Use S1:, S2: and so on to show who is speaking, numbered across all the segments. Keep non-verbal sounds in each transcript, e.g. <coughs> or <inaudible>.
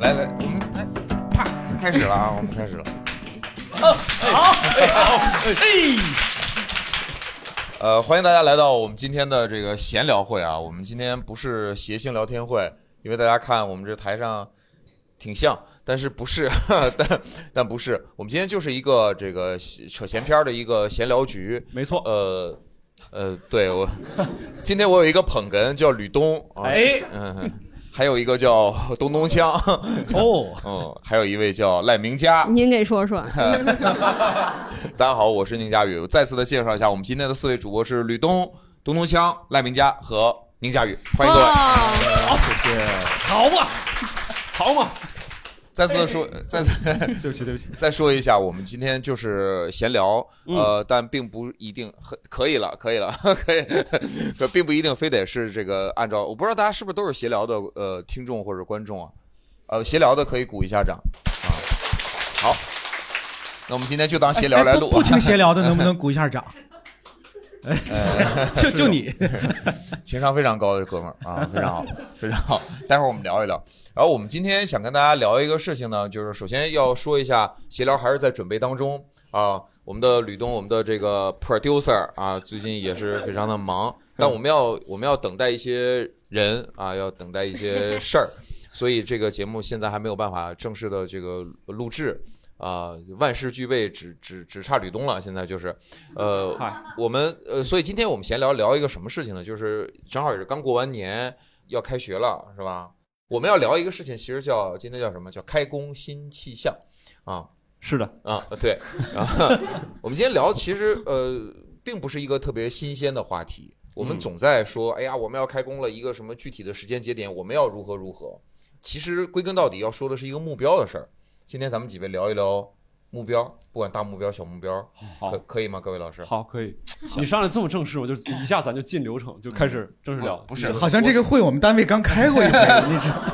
S1: 来来，我们哎，啪，开始了啊，我们开始了。嗯
S2: 好，
S1: 呃，欢迎大家来到我们今天的这个闲聊会啊。我们今天不是谐星聊天会，因为大家看我们这台上挺像，但是不是， <laughs> 但但不是，我们今天就是一个这个扯闲篇儿的一个闲聊局。
S3: 没错。
S1: 呃。呃，对我，今天我有一个捧哏叫吕东，啊、
S3: 哎
S1: 嗯，还有一个叫东东锵，哦， <laughs> 嗯，还有一位叫赖明佳，
S4: 您给说 <laughs> 说，
S1: <clears throat> 大家好，我是宁佳宇。我再次的介绍一下，我们今天的四位主播是吕东、东东锵、赖明佳和宁佳宇，欢迎各位。好，谢谢。
S2: 好嘛，好嘛，
S1: 再
S3: <laughs>
S1: 次说，再次，
S3: 对不起，对不起。
S1: 再说一下，我们今天就是闲聊，
S3: 嗯
S1: 呃，但并不一定很可以了，可以了， <laughs> 可以，可并不一定非得是这个按照，我不知道大家是不是都是闲聊的呃听众或者观众啊，呃，闲聊的可以鼓一下掌啊。好，那我们今天就当闲聊来
S5: <laughs>
S1: 录，
S5: 哎
S1: 啊 <laughs>
S5: 不不听闲聊的能不能鼓一下掌？
S1: 哎
S5: <laughs>
S1: <laughs>
S5: 就就你， <laughs>
S1: 情商非常高的哥们儿啊，非常好，非常好。待会儿我们聊一聊。然后我们今天想跟大家聊一个事情呢，就是首先要说一下，闲聊还是在准备当中啊。我们的吕东，我们的这个 producer 啊，最近也是非常的忙，但我们要我们要等待一些人啊，要等待一些事儿， <laughs> 所以这个节目现在还没有办法正式的这个录制。啊、万事俱备，只只只差吕东了。现在就是，呃，我们呃，所以今天我们闲聊聊一个什么事情呢？就是正好也是刚过完年，要开学了，是吧？我们要聊一个事情，其实叫今天叫什么？叫开工新气象啊。
S3: 是的
S1: 啊，对啊，我们今天聊其实呃，并不是一个特别新鲜的话题。我们
S3: 嗯
S1: 总在说，哎呀，我们要开工了，一个什么具体的时间节点，我们要如何如何。其实归根到底要说的是一个目标的事儿。今天咱们几位聊一聊目标，不管大目标、小目标，可可以吗？各位老师，
S3: 好，可以。你上来这么正式，我就一下咱就进流程，就开
S1: 嗯
S3: 始正式聊。不
S5: 好像这个会我们单位刚开过一
S1: <laughs>
S5: 回，你知道？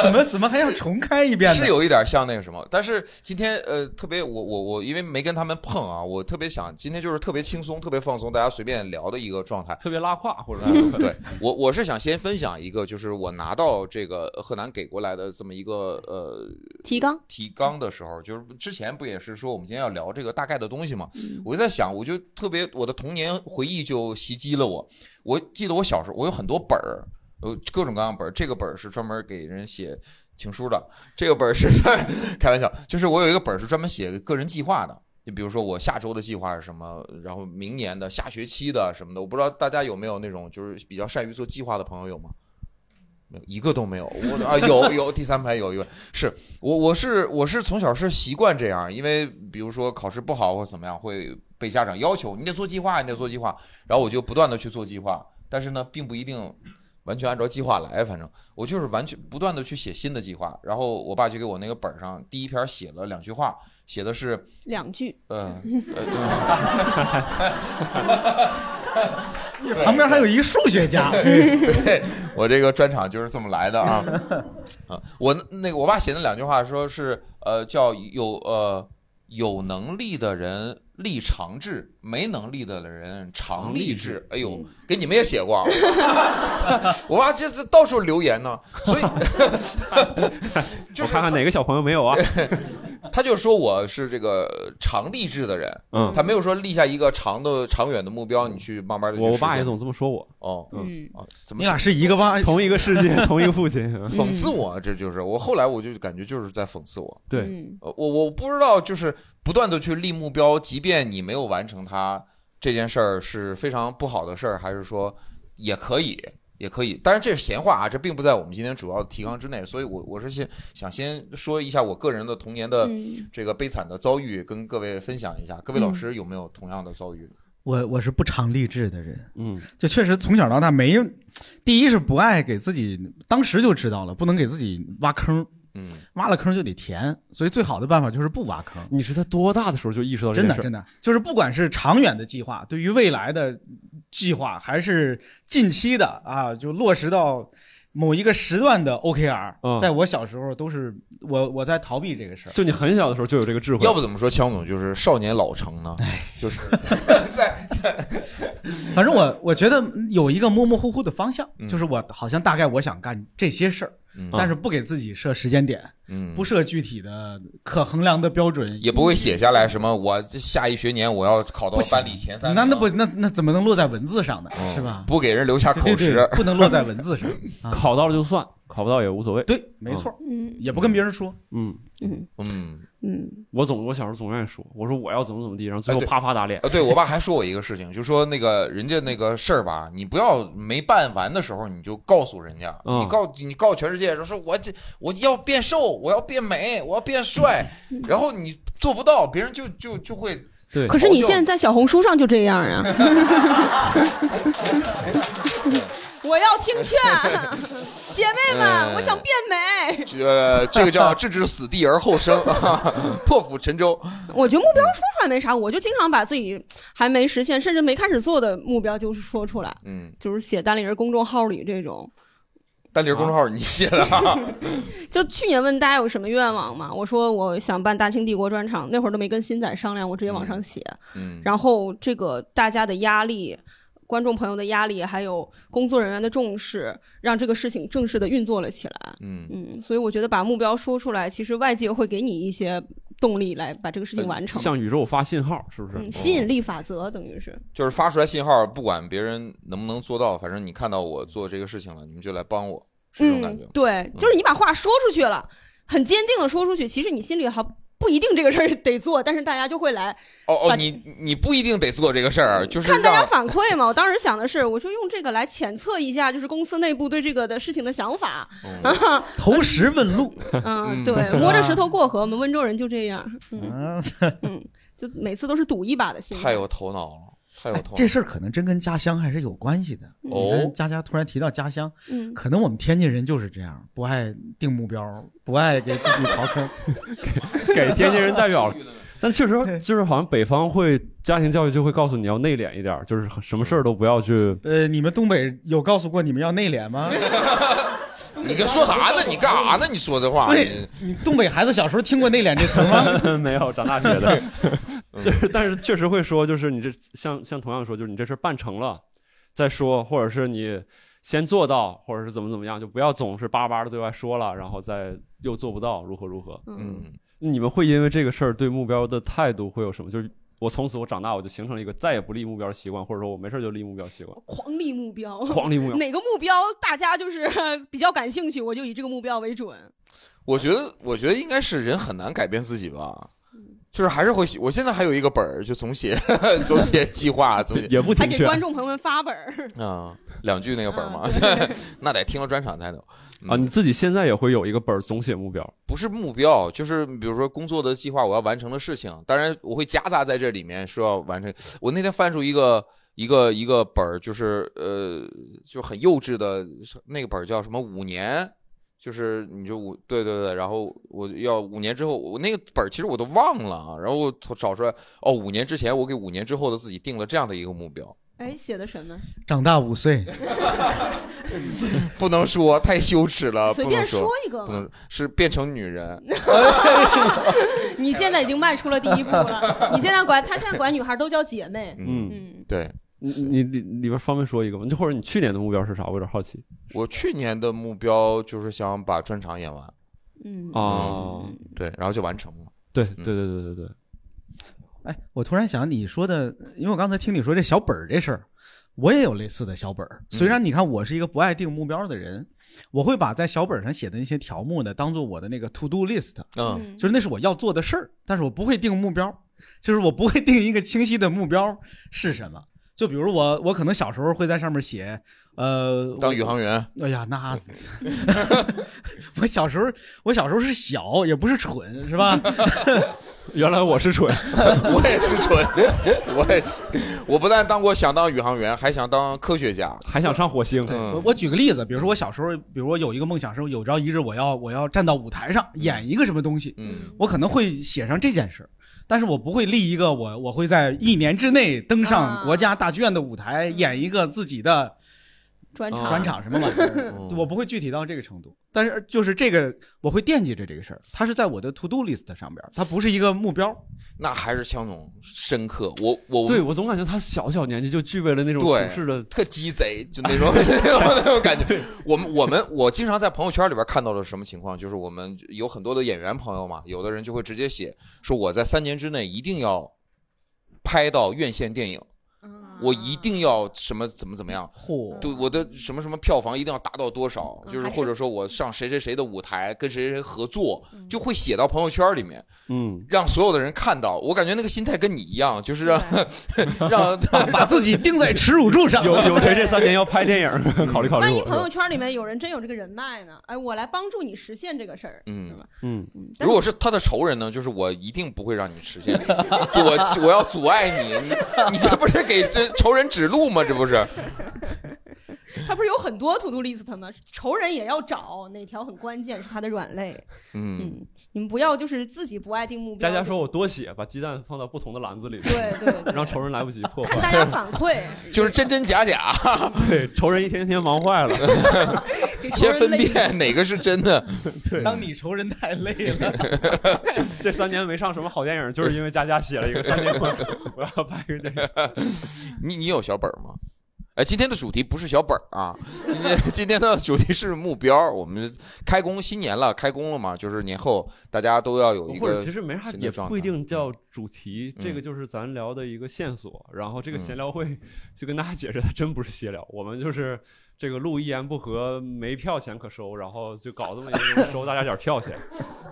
S5: 怎么怎么还要重开一遍呢？
S1: 是有一点像那个什么，但是今天呃特别我我我因为没跟他们碰啊，我特别想今天就是特别轻松、特别放松，大家随便聊的一个状态。
S3: 特别拉胯
S1: <laughs>
S3: 或者
S1: 嗯对我我是想先分享一个，就是我拿到这个贺南给过来的这么一个呃
S4: 提纲
S1: 提纲的时候，就是之前不也是说我们今天要聊这个大概的东西嘛，我就在想，我就特别我的童年回忆就袭击了我，我记得我小时候我有很多本儿，呃各种各样的本儿，这个本儿是专门给人写。情书的这个本儿是 <laughs> 开玩笑，就是我有一个本儿是专门写个人计划的，就比如说我下周的计划是什么，然后明年的、下学期的什么的，我不知道大家有没有那种就是比较善于做计划的朋友有吗？没有，一个都没有。我的啊，有有， <laughs> 第三排有一位，是我我是我是从小是习惯这样，因为比如说考试不好或怎么样，会被家长要求你得做计划，你得做计划，然后我就不断的去做计划，但是呢，并不一定完全按照计划来，反正我就是完全不断的去写新的计划，然后我爸就给我那个本儿上第一篇写了两句话，写的是
S4: 两句，
S1: 嗯， <laughs> 呃
S5: <laughs> 旁边还有一个数学家
S1: <laughs> 对，我这个专场就是这么来
S3: <laughs>
S1: 的啊。啊，我那个我爸写那两句话，说是呃叫有呃有能力的人立长志，没能力的人常立志。哎
S3: 嗯
S1: 呦，给你们也写过啊， <laughs> 我爸这这到处留言呢，
S3: <laughs>
S1: 所以就
S3: 我
S1: 是
S3: 看看哪个小朋友没有啊？
S1: 他就说我是这个长立志的人，
S3: 嗯
S1: 他没有说立下一个长的长远的目标，你去慢慢的。
S3: 我我爸也总这么说我。
S1: 哦，
S3: 嗯
S1: 啊，怎么
S5: <laughs> 你俩是一个吧？
S3: 同一个世
S5: <laughs>
S1: <laughs>
S3: 界，同一个父亲。嗯
S1: 讽刺我，啊这就是我后来我就感觉就是在讽刺我。
S3: 对
S4: 嗯
S1: 呃我我不知道，就是不断的去立目标，即便你没有完成它，这件事儿是非常不好的事儿，还是说也可以，也可以。当然这是闲话啊，这并不在我们今天主要的提纲之内，所以我我是先想先说一下我个人的童年的
S5: 嗯
S1: 这个悲惨的遭遇，跟各位分享一下。各位老
S5: 嗯
S1: 师有没有同样的遭遇？
S5: 我我是不常励志的人，
S3: 嗯，
S5: 就确实从小到大没，第一是不爱给自己，当时就知道了不能给自己挖坑，
S1: 嗯，
S5: 挖了坑就得填，所以最好的办法就是不挖坑。
S3: 你是在多大的时候就意识到这
S5: 真的
S3: 件事？
S5: 真的，就是不管是长远的计划，对于未来的计划，还是近期的啊，就落实到某一个时段的 OKR，、
S3: 嗯
S5: 在我小时候都是我我在逃避这个事儿。
S3: 就你很小的时候就有这个智慧。哎
S1: 要不怎么说枪总就是少年老成呢？
S3: <laughs>
S1: 就是
S5: 反正我我觉得有一个模模糊糊的方向，
S1: 嗯
S5: 就是我好像大概我想干这些事儿，
S1: 嗯
S5: 但是不给自己设时间点，
S1: 嗯
S5: 不设具体的可衡量的标准，
S1: 也不会写下来什么，我这下一学年我要考到
S5: 不行
S1: 班里哦前三名，
S5: 那那不那那怎么能落在文字上呢？
S1: 嗯
S5: 是吧？
S1: 不给人留下口
S5: 对对
S1: 实，
S5: 不能落在文字上，
S3: 嗯
S5: 啊
S2: 考到了就算，考不到也无所谓。
S5: 对，没错，
S4: 嗯
S5: 也不跟别人说。
S3: 嗯，
S4: 嗯
S1: 嗯。
S4: 嗯
S3: 我总 <laughs> 我小时候总愿意说，我说我要怎么怎么地，然后最后
S1: 哎对
S3: 啪啪打脸。
S1: 呃，对我爸还说我一个事情，就说那个人家那个事儿吧，你不要没办完的时候你就告诉人家，
S3: 嗯
S1: 你告你告全世界说说我这我要变瘦，我要变美，我要变
S3: <laughs>
S1: 帅，然后你做不到，别人就就就会
S3: 对，
S4: 可是你现在在小红书上就这样啊！ <laughs> 我要听劝，姐妹们，
S1: 嗯
S4: 我想变美。
S1: 呃这个叫置之死地而后生， <laughs> 破釜沉舟。
S4: 我觉得目标说出来没啥，我就经常把自己还没实现，甚至没开始做的目标就是说出来，
S1: 嗯，
S4: 就是写单立人公众号里这种。
S1: 但这个公众号你写的
S4: <laughs>
S1: 啊，
S4: 就去年问大家有什么愿望嘛，我说我想办大清帝国专场，那会儿都没跟新仔商量，我直接往上写。
S1: 嗯，
S4: 然后这个大家的压力、观众朋友的压力，还有工作人员的重视，让这个事情正式的运作了起来。
S1: 嗯，
S4: 嗯，所以我觉得把目标说出来，其实外界会给你一些动力来把这个事
S1: 呃
S4: 情完成。
S3: 向宇宙发信号， <laughs> 是不哦是
S1: 哦
S4: 嗯，？吸引力法则等于是，
S1: 就是发出来信号，不管别人能不能做到，反正你看到我做这个事情了，你们就来帮我，是这种感
S4: 嗯
S1: 觉吗，？
S4: 对，就是你把话说出去了，很坚定的说出去，其实你心里还不一定这个事儿得做，但是大家就会来
S1: 哦哦，
S4: 把嗯
S1: 你你不一定得做这个事儿，啊就是
S4: 看大家
S1: 让
S4: 反馈嘛。我当时想的是，我说用这个来检测一下，就是公司内部对这个的事情的想法。
S1: <laughs>
S4: <laughs> 啊
S1: 嗯
S5: 投石问路，
S4: 嗯，对，
S5: <laughs>
S4: 摸着石头过河，我们温州人就这样，嗯
S5: 嗯，
S4: 嗯，就每次都是赌一把的心态。
S1: 太有头脑了，太有
S5: 哎
S1: 头
S5: <laughs>
S1: 脑
S5: 这
S1: 了。
S5: 事儿可能真跟家乡还是有关系的。你
S1: 哦
S5: 看佳佳突然提到家乡，
S4: 嗯，
S5: 可能我们天津人就是这样，不爱定目标，不爱给自己刨
S1: <laughs>
S5: 坑。
S3: 给天津人代表了。但确实
S5: 对
S3: 就是好像北方会家庭教育就会告诉你要内敛一点儿，就是什么事儿都不要去。
S5: 呃，你们东北有告诉过你们要内敛吗？
S1: 你跟说啥呢？你干
S4: 嗯
S1: 啥呢？你说这话，
S5: 对
S1: 你
S5: 你东北孩子小时候听过内敛这词吗？
S1: <laughs>
S3: 没有，长大学
S4: <laughs>
S3: 的，就是但是确实会说，就是你这像像同样说，就是你这事儿办成了再说，或者是你先做到，或者是怎么怎么样，就不要总是巴巴的对外说了，然后再又做不到，如何如何。
S4: 嗯
S1: 嗯，
S3: 你们会因为这个事儿对目标的态度会有什么？就是我从此我长大我就形成了一个再也不立目标的习惯，或者说我没事儿就立目标习惯，
S4: 狂立目标，
S3: 狂立目标。
S4: 哪个目标大家就是 <laughs> 比较感兴趣，我就以这个目标为准。
S1: 我觉得，我觉得应该是人很难改变自己吧。就是还是会写，我现在还有一个本儿，就总写 <laughs> 总写计划，总写
S3: 也不啊
S4: 还
S3: 听
S4: 给
S3: 劝，
S4: 观众朋友们发本儿， <laughs>
S1: 啊两句那个本儿嘛
S4: 啊，对
S1: <laughs> 那得听了专场才能嗯
S3: 啊，你自己现在也会有一个本儿总写目标，
S1: 不是目标，就是比如说工作的计划，我要完成的事情，当然我会夹杂在这里面，说要完成。我那天翻出一个一个一个本儿，就是呃，就很幼稚的那个本儿叫什么五年，就是你就五对对对，然后我要五年之后，我那个本儿其实我都忘了啊，然后我找出来，哦，五年之前我给五年之后的自己定了这样的一个目标，
S4: 哎，写的什么？
S5: 长大五岁，
S1: 不能说太羞耻了，
S4: 随
S1: 不
S4: 便
S1: 能
S4: 说
S1: 说。
S4: 一个
S1: 不
S4: 嘛。
S1: 能是变成女
S4: <laughs>
S1: 人，
S4: <laughs> 你现在已经迈出了第一步了，你现在管他现在管女孩都叫姐妹。
S1: 嗯，
S3: 嗯，
S4: 嗯，
S1: 对
S3: 你你里里边方便说一个吗？就或者你去年的目标是啥？我有点好奇
S1: 我去年的目标就是想把专场演完，
S4: 嗯
S3: 啊。
S1: 对，然后就完成了。
S3: 对对对对对对，
S5: 哎，我突然想你说的，因为我刚才听你说这小本儿这事儿，我也有类似的小本
S3: 嗯
S5: 儿。虽然你看我是一个不爱定目标的人，我会把在小本儿上写的那些条目呢，当做我的那个 to do list，
S1: 嗯，
S5: 就是那是我要做的事儿，但是我不会定目标，就是我不会定一个清晰的目标是什么。就比如我，我可能小时候会在上面写，呃，
S1: 当
S5: 我
S1: 宇航员， <laughs>
S5: 哎呀，
S3: <laughs>
S5: 那 <laughs> 我小时候，我小时候是小，也不是蠢，是吧？
S3: 原来我是蠢，
S1: 我也是蠢， <laughs> 我也是，我不但当过想当宇航员，还想当科学家。
S3: 还想上火星。
S5: 我
S1: 嗯，
S5: 我举个例子，比如说我小时候，比如我有一个梦想是有朝一日我要我要站到舞台上演一个什么东西，
S1: 嗯，
S5: 我可能会写上这件事儿，但是我不会立一个我我会在一年之内登上
S4: 啊嗯
S5: 国家大剧院的舞台演一个自己的
S4: 专场
S5: 转场什
S4: <laughs>
S5: 么玩意儿，<laughs>
S1: 嗯
S5: 我不会具体到这个程度，但是就是这个我会惦记着这个事儿，它是在我的 to do list 上边儿，它不是一个目标。
S1: 那还是强总深刻。我我
S3: 对我总感觉他小小年纪就具备了那种
S1: 对
S3: 处事的，
S1: 特鸡贼，就那种 <laughs> 那种感觉。我们我们我经常在朋友圈里边看到了什么情况，就是我们有很多的演员朋友嘛，有的人就会直接写说我在三年之内一定要拍到院线电影，
S4: 嗯
S1: 我一定要什么怎么怎么样。
S5: 嚯
S1: 对我的什么什么票房一定要达到多少，
S4: 嗯
S1: 就是
S4: 还是
S1: 或者说我上谁谁谁的舞台跟谁谁谁合作，
S4: 嗯
S1: 就会写到朋友圈里面，
S3: 嗯，
S1: 让所有的人看到。我感觉那个心态跟你一样，就是让 <laughs> 让
S5: <laughs> 把自己钉在耻辱柱上。
S3: 有有谁这三年要拍电影， <laughs> 考虑
S1: 嗯
S3: 考虑
S4: 万
S1: <laughs>
S4: 一
S3: 我。
S4: 朋友圈里面有人真有这个人脉呢？哎，我来帮助你实现这个事儿。
S1: 嗯。
S3: 嗯，
S4: 嗯，但
S1: 如果是他的仇人呢，就是我一定不会让你实现，就我我要阻碍你，你你这不是给这仇人指路吗？这不是？
S4: 他不是有很多 to do list 吗？仇人也要找，哪条很关键是他的软肋。
S1: 嗯，
S4: 嗯，你们不要就是自己不爱定目标。
S3: 佳佳说：“我多写，把鸡蛋放到不同的篮子里，
S4: 对对对，
S3: 让仇人来不及破
S4: 看
S3: 坏。
S4: 大家反馈，
S1: <laughs> 就是真真假假，
S3: 对，仇人一天天忙坏了。
S4: 给
S1: <laughs>
S4: 仇
S1: 先
S4: 人
S1: 分
S4: 累死
S1: 辨哪个是真的。
S5: 当 <laughs> 你仇人太累了，
S3: 这三年没上什么好电影，就是因为佳佳写了一个三年， <laughs> 我我要拍一个电影。
S1: <laughs> 你你有小本儿吗？哎，今天的主题不是小本儿啊，今天今天的主题是目标。我们开工新年了，开工了嘛，就是年后大家都要有一
S3: 或者
S1: 个
S3: 其实没啥，
S1: 新的
S3: 也
S1: 状态
S3: 不一定叫主题，
S1: 嗯
S3: 这个就是咱聊的一个线索。然后这个闲聊会就跟大家解释，它真不是闲聊，我们就是这个路一言不合没票钱可收，然后就搞这么一个收大家点票钱， <laughs>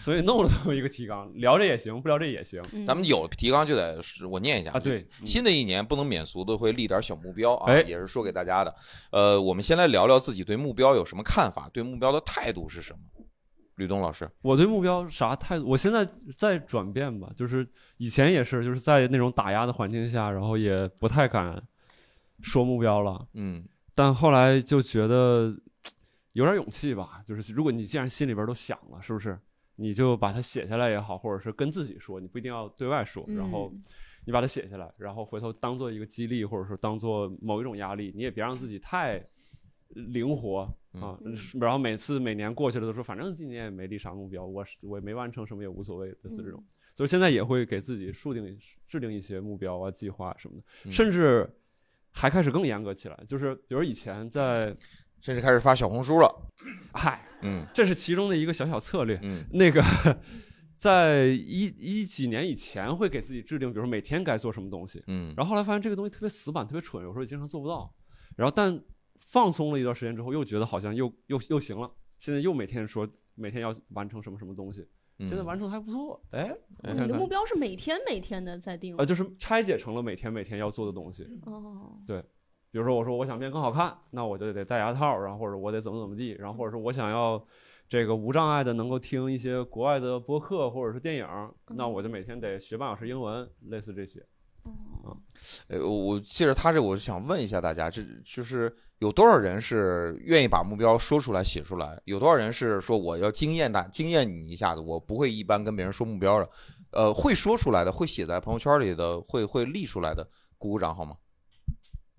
S3: 所以弄了这么一个提纲，聊这也行，不聊这也行
S4: 嗯
S1: 咱们有提纲就得是我念一下
S3: 啊。对，嗯
S1: 新的一年不能免俗的会立点小目标啊，
S3: 哎
S1: 也是说给大家的。呃，我们先来聊聊自己对目标有什么看法，对目标的态度是什么。吕东老师，
S3: 我对目标啥态度？我现在在转变吧，就是以前也是，就是在那种打压的环境下，然后也不太敢说目标了。
S1: 嗯
S3: 但后来就觉得有点勇气吧，就是如果你既然心里边都想了，是不是？你就把它写下来也好，或者是跟自己说，你不一定要对外说，然后
S4: 嗯
S3: 你把它写下来，然后回头当做一个激励，或者说当做某一种压力，你也别让自己太灵活啊。
S4: 嗯
S3: 然后每次每年过去了都说，反正今年也没立啥目标，我是我也没完成什么也无所谓，类似这种。所以现在也会给自己树定制定一些目标啊、计划什么
S1: 嗯
S3: 的，甚至还开始更严格起来。就是比如以前在，
S1: 甚至开始发小红书了。
S3: <clears throat> 嗨，
S1: 嗯
S3: 这是其中的一个小小策略。
S1: 嗯
S3: 那个在一一几年以前会给自己制定，比如说每天该做什么东西，
S1: 嗯，
S3: 然后后来发现这个东西特别死板、特别蠢，有时候也经常做不到。然后但放松了一段时间之后，又觉得好像又又又行了。现在又每天说每天要完成什么什么东西，现在
S1: 嗯
S3: 完成的还不错。哎，我
S4: 嗯你
S3: 看
S4: 的
S3: 看
S4: 目标是每天每天的在定
S3: 啊，就是拆解成了每天每天要做的东西。
S4: 哦，
S3: 比如说我说我想变更好看，那我就得戴牙套，然后或者我得怎么怎么地，然后或者说我想要这个无障碍的能够听一些国外的播客或者是电影，那我
S4: 嗯
S3: 就每天得学半小时英文，类似这些。
S1: 呃，我我借着他这，我就想问一下大家，这就是有多少人是愿意把目标说出来、写出来？有多少人是说我要惊艳大、惊艳你一下子？我不会一般跟别人说目标的，呃，会说出来的，会写在朋友圈里的，会会立出来的，鼓鼓掌好吗？ <laughs>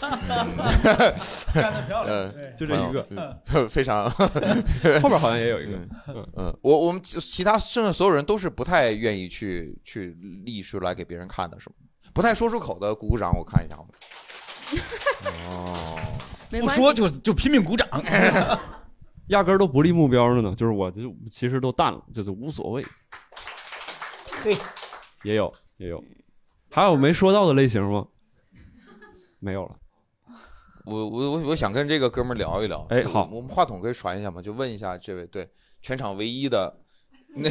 S5: 干得漂
S1: 亮
S5: 亮。
S3: 就这一个，
S1: 嗯，非常，
S3: <laughs> 后边好像也有一个
S1: 嗯，嗯，我我们其其他剩下所有人都是不太愿意去去立出来给别人看的，是吗？不太说出口的，鼓鼓掌，我看一下好吗？哦。
S4: 没
S5: 不
S4: 关
S5: <laughs>
S4: 系
S5: 说就就拼命鼓
S1: <laughs>
S4: <laughs>
S5: 掌，
S3: <laughs> 压根儿都不立目标的呢，就是我就其实都淡了，就是无所谓。
S5: <laughs> 嘿，
S3: 也有也有，还有没说到的类型吗？没有了。
S1: 我我我我想跟这个哥们儿聊一聊。
S3: 哎
S1: 就
S3: 好
S1: 我们话筒可以传一下吗？就问一下这位，对，全场唯一的
S6: <laughs>
S1: 那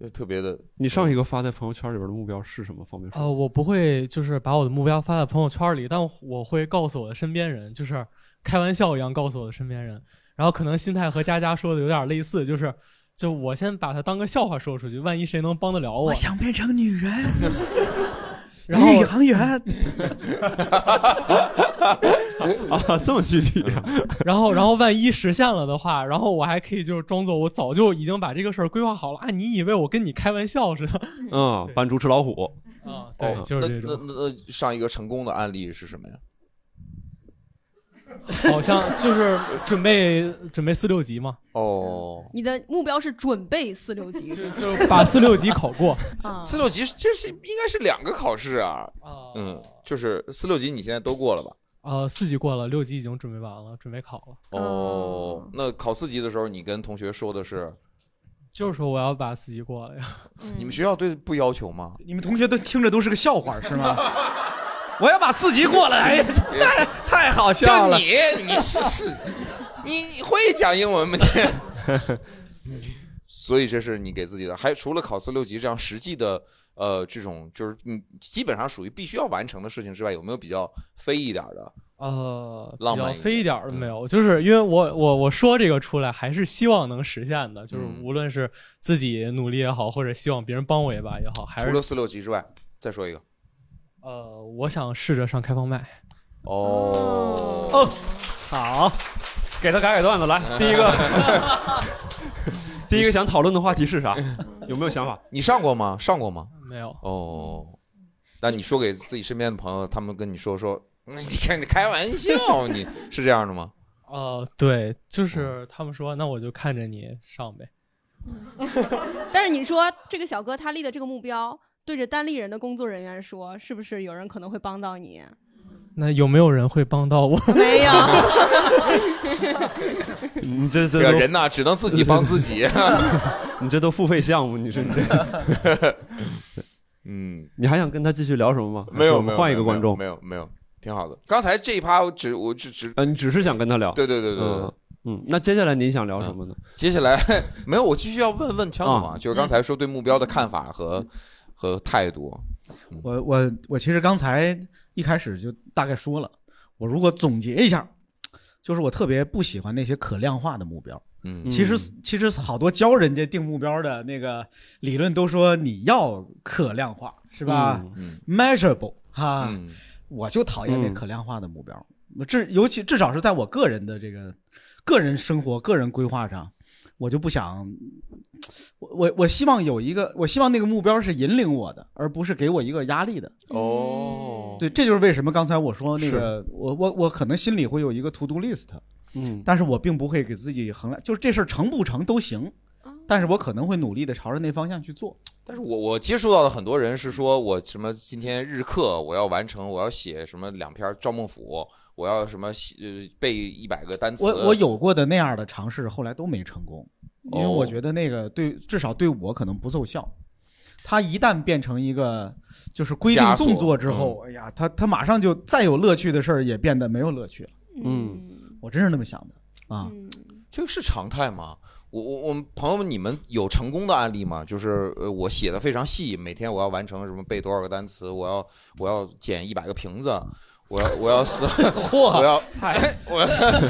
S1: 个 <laughs> 特别的，
S3: 你上一个发在朋友圈里边的目标是什么？方便说吗？
S6: 呃，我不会就是把我的目标发在朋友圈里，但我会告诉我的身边人，就是开玩笑一样告诉我的身边人。然后可能心态和佳佳说的有点类似，就是就我先把它当个笑话说出去，万一谁能帮得了我，
S5: 想变成女
S4: <laughs>
S5: 人，
S6: 然后
S5: 航员。
S3: <laughs> 啊，这么具体啊？
S6: <laughs> 然后然后万一实现了的话，然后我还可以就是装作我早就已经把这个事儿规划好了啊，你以为我跟你开玩笑似的
S3: 嗯，扮猪吃老虎。
S6: 啊？对
S1: 哦，
S6: 就是这种
S1: 那那那上一个成功的案例是什么呀？
S6: 好像就是准备准备四六级嘛，
S1: 哦，
S4: 你的目标是准备四六级，
S6: 就 <laughs> 把四六级考过。
S4: 啊， <laughs>
S1: 四六级是这是应该是两个考试啊。
S6: 哦
S1: 嗯，就是四六级你现在都过了吧？
S6: 呃，四级过了，六级已经准备完了，准备考了。
S1: 哦，那考四级的时候，你跟同学说的是，
S6: 就是说我要把四级过了呀。<laughs>
S1: 你们学校对不要求吗？
S5: 你们同学都听着都是个笑话是吗？ <laughs> 我要把四级过了，
S1: <laughs>
S5: 哎呀，太太好
S1: 就
S5: 笑了。
S1: 你，你是是，你你会讲英文吗？你所以这是你给自己的。还除了考四六级这样实际的，呃，这种就是你基本上属于必须要完成的事情之外，有没有比较飞一点的？
S6: 呃，比
S1: 浪
S6: 较
S1: 漫一点嗯
S6: 飞一点儿都没有，就是因为我我我说这个出来，还是希望能实现的，就是
S1: 嗯
S6: 无论是自己努力也好，或者希望别人帮我一把也好，还
S1: 除
S6: 是
S1: 了四六级之外，再说一个。
S6: 呃，我想试着上开放
S1: <laughs>
S6: 麦。
S1: 哦，
S5: 哦，好，
S3: 给他改改段子来。
S1: <laughs>
S3: 第一个，第一个想讨论的话题是啥？有没有想法？
S1: 你上过吗？上过吗？
S6: 没有，
S1: 哦，那你说给自己身边的朋友，他们跟你说说，嗯你看你开玩笑，你是这样的吗？
S6: 呃，对，
S1: 嗯
S6: 就是他们说，那我就看着你上呗。
S4: 但是你说这个小哥他立的这个目标，对着单立人的工作人员说，是不是有人可能会帮到你？
S6: 那有没有人会帮到
S1: <laughs>
S6: 我？
S4: 没有，
S3: <laughs>
S4: <laughs>
S3: 你这这
S1: 这个
S3: 都
S1: 人呐，只能自己帮自己。
S3: <laughs>
S1: <laughs>
S3: 你这都付费项目，你说你这
S1: <laughs> 嗯，
S3: 你还想跟他继续聊什么吗？
S1: 没有，
S3: 我
S1: 没
S3: 们
S1: 有
S3: 换一
S1: 没
S3: 个
S1: 有
S3: 观众
S1: 没。有没有，挺好的。刚才这一趴我只我只只，
S3: 呃，你只是想跟他聊。
S1: 对对对对嗯对
S3: 嗯，嗯，那接下来您想聊什么呢？
S1: 接下来没有，我继续要问问枪
S3: 啊
S1: 嘛，就是刚才说对目标的看法和和态度。
S5: <laughs> 我我我其实刚才一开始就大概说了，我如果总结一下，就是我特别不喜欢那些可量化的目标。
S1: 嗯
S3: 嗯
S5: 其实其实好多教人家定目标的那个理论都说你要可量化，是吧、
S6: 嗯
S1: 嗯
S5: m e a s u r a b l e 哈、
S1: 嗯
S5: 我就讨厌那可量化的目标。至尤其至少是在我个人的这个个人生活、个人规划上，我就不想，我我我希望有一个，我希望那个目标是引领我的，而不是给我一个压力的。
S1: 哦，
S5: 对，这就是为什么刚才我说那个，我我我可能心里会有一个 to do list，
S3: 嗯，
S5: 但是我并不会给自己衡量，就是这事儿成不成都行，但是我可能会努力的朝着那方向去做。
S1: 但是我我接触到的很多人是说我什么今天日课我要完成，我要写什么两篇赵孟俯，我要什么写呃背一百个单词。
S5: 我我有过的那样的尝试，后来都没成功，因为
S1: 哦
S5: 我觉得那个对至少对我可能不奏效。它一旦变成一个就是规定
S1: 枷锁嗯
S5: 动作之后，哎呀，它它马上就再有乐趣的事儿也变得没有乐趣了。
S4: 嗯
S5: 我真是那么想的啊。
S4: 嗯，
S1: 这个是常态吗？我我我们朋友们，你们有成功的案例吗？就是呃，我写的非常细，每天我要完成什么背多少个单词，我要我要捡一百个瓶子，我要我要扫我要 <laughs> 我要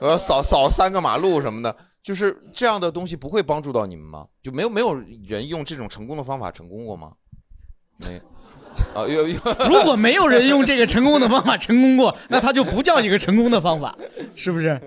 S1: 我要扫扫三个马路什么的，就是这样的东西不会帮助到你们吗？就没有没有人用这种成功的方法成功过吗？没啊，有 <laughs> 有
S5: 如果没有人用这个成功的方法成功过，那它就不叫一个成功的方法，是不是？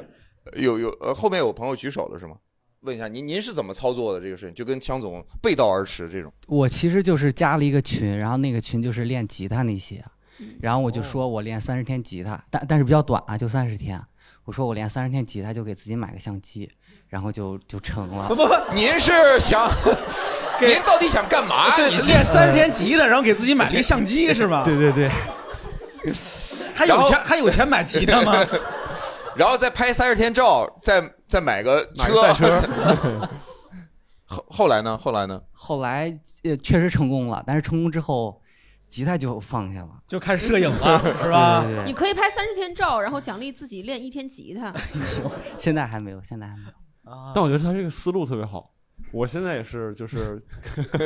S1: 有有呃，后面有朋友举手了是吗？问一下您您是怎么操作的这个事情？就跟枪总背道而驰这种。
S7: 我其实就是加了一个群，然后那个群就是练吉他那些，
S4: 嗯
S7: 然后我就
S3: 哦
S7: 说我练三十天吉他，但但是比较短啊，就三十天。我说我练三十天吉他，就给自己买个相机，然后就就成了
S5: 不。不不，
S1: 您是 <laughs> 想，
S5: 给
S1: 您到底想干嘛？
S5: 对
S1: 你，这
S5: 练三十天吉他，然后给自己买了一个相机是吧？
S7: 对对，
S5: 还
S1: 然
S5: 有
S1: 后
S5: 钱还有钱买吉他吗？
S1: <laughs> 然后再拍三十天照，再再买个
S3: 买个赛车
S1: <laughs> 后后来呢？后来呢？
S7: 后来呃确实成功了，但是成功之后，吉他就放下了，
S5: 就开始摄影了是吧？
S7: 对
S1: 嗯
S7: 对
S4: 你
S7: 对，
S4: 可以拍三十天照，然后奖励自己练一天吉
S1: <laughs>
S4: 他。
S7: 现在还没有，现在还没有。
S5: 啊
S3: 但我觉得他这个思路特别好。我现在也是，就是
S1: <laughs>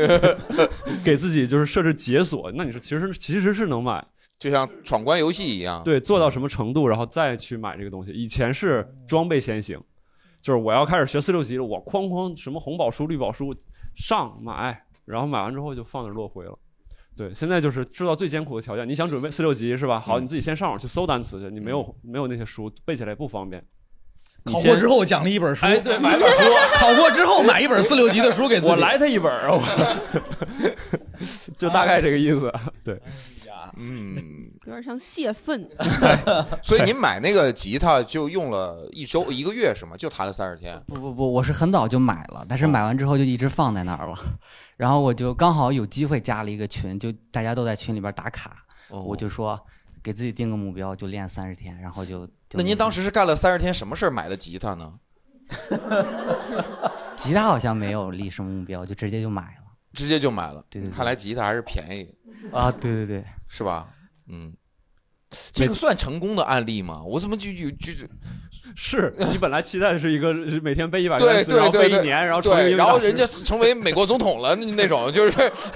S3: 给自己就是设置解锁。那你说，其实其实是能买，
S1: 就像闯关游戏一样。，嗯
S3: 对，做到什么程度，然后再去买这个东西。以前是装备先行，就是我要开始学四六级了，我哐哐什么红宝书、绿宝书上买，然后买完之后就放那儿落灰了。对，现在就是制造最艰苦的条件。你想准备四六级是吧？好，
S1: 嗯
S3: 你自己先上网去搜单词去，你没有没有那些书，背起来不方便。你
S5: 考过
S3: 先
S5: 之后奖励一本书，
S3: 哎，对，买本书，
S5: 考过之后买一本四六级的书给自己。
S1: <laughs>
S3: 我来他一本儿啊！我就大概这个意思。啊对，
S5: 哎
S1: 嗯，
S4: 有点像泄愤。
S1: <laughs> 所以您买那个吉他就用了一周一个月是吗？就弹了三十天。
S7: 不不不，我是很早就买了，但是
S1: 哦
S7: 买完之后就一直放在那儿了。然后我就刚好有机会加了一个群，就大家都在群里边打卡，
S1: 哦
S7: 我就说给自己定个目标，就练三十天，然后就。就
S1: 那您当时是干了三十天什么事儿买的吉他呢？
S7: <laughs> 吉他好像没有立什么目标，就直接就买了。
S1: 直接就买了。
S7: 对对对
S1: 看来吉他还是便宜，
S7: 啊，对对对，
S1: 是吧？嗯，这个算成功的案例吗？我怎么就就就
S3: 是你本来期待的是一个是每天背一百
S1: 对
S3: 单词，
S1: 对
S3: 然后
S1: 对
S3: 背一
S1: 对
S3: 年，然后成为英
S1: 对？
S3: 语
S1: 然后
S3: 老师
S1: 人家成为美国总统了那种，就是 <laughs>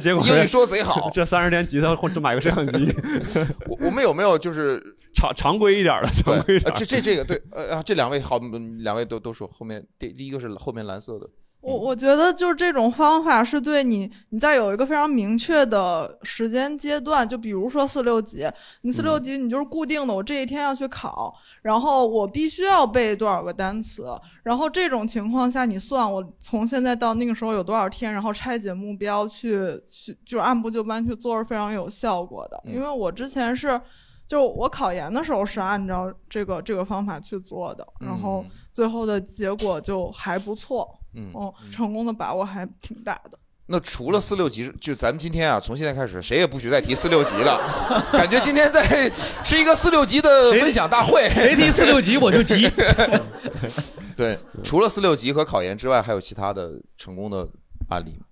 S3: 结果。
S1: 英语说贼好
S3: <laughs> 这三十天吉他或者买个摄像机，
S1: <laughs> 我我们有没有就是
S3: 常常规一点的，
S1: 对
S3: 常规一
S1: 呃
S3: 点
S1: 这这这个对呃啊这两位好嗯两位都都说后面第第一个是后面蓝色的
S8: 我我觉得就是这种方法是对你，你在有一个非常明确的时间阶段，就比如说四六级，你四六级你就是固定的，我这一天要去考，然后我必须要背多少个单词，然后这种情况下你算我从现在到那个时候有多少天，然后拆解目标去去就是按部就班去做是非常有效果的，
S1: 嗯
S8: 因为我之前是。就我考研的时候是按照这个这个方法去做的，然后最后的结果就还不错。
S1: 嗯。嗯
S8: 哦，成功的把握还挺大的。
S1: 那除了四六级，就咱们今天啊，从现在开始，谁也不许再提四六级了。感觉今天在是一个四六级的呃分享大会。
S5: <laughs> 谁提四六级我就急。
S1: <laughs> 对，除了四六级和考研之外，还有其他的成功的案例吗？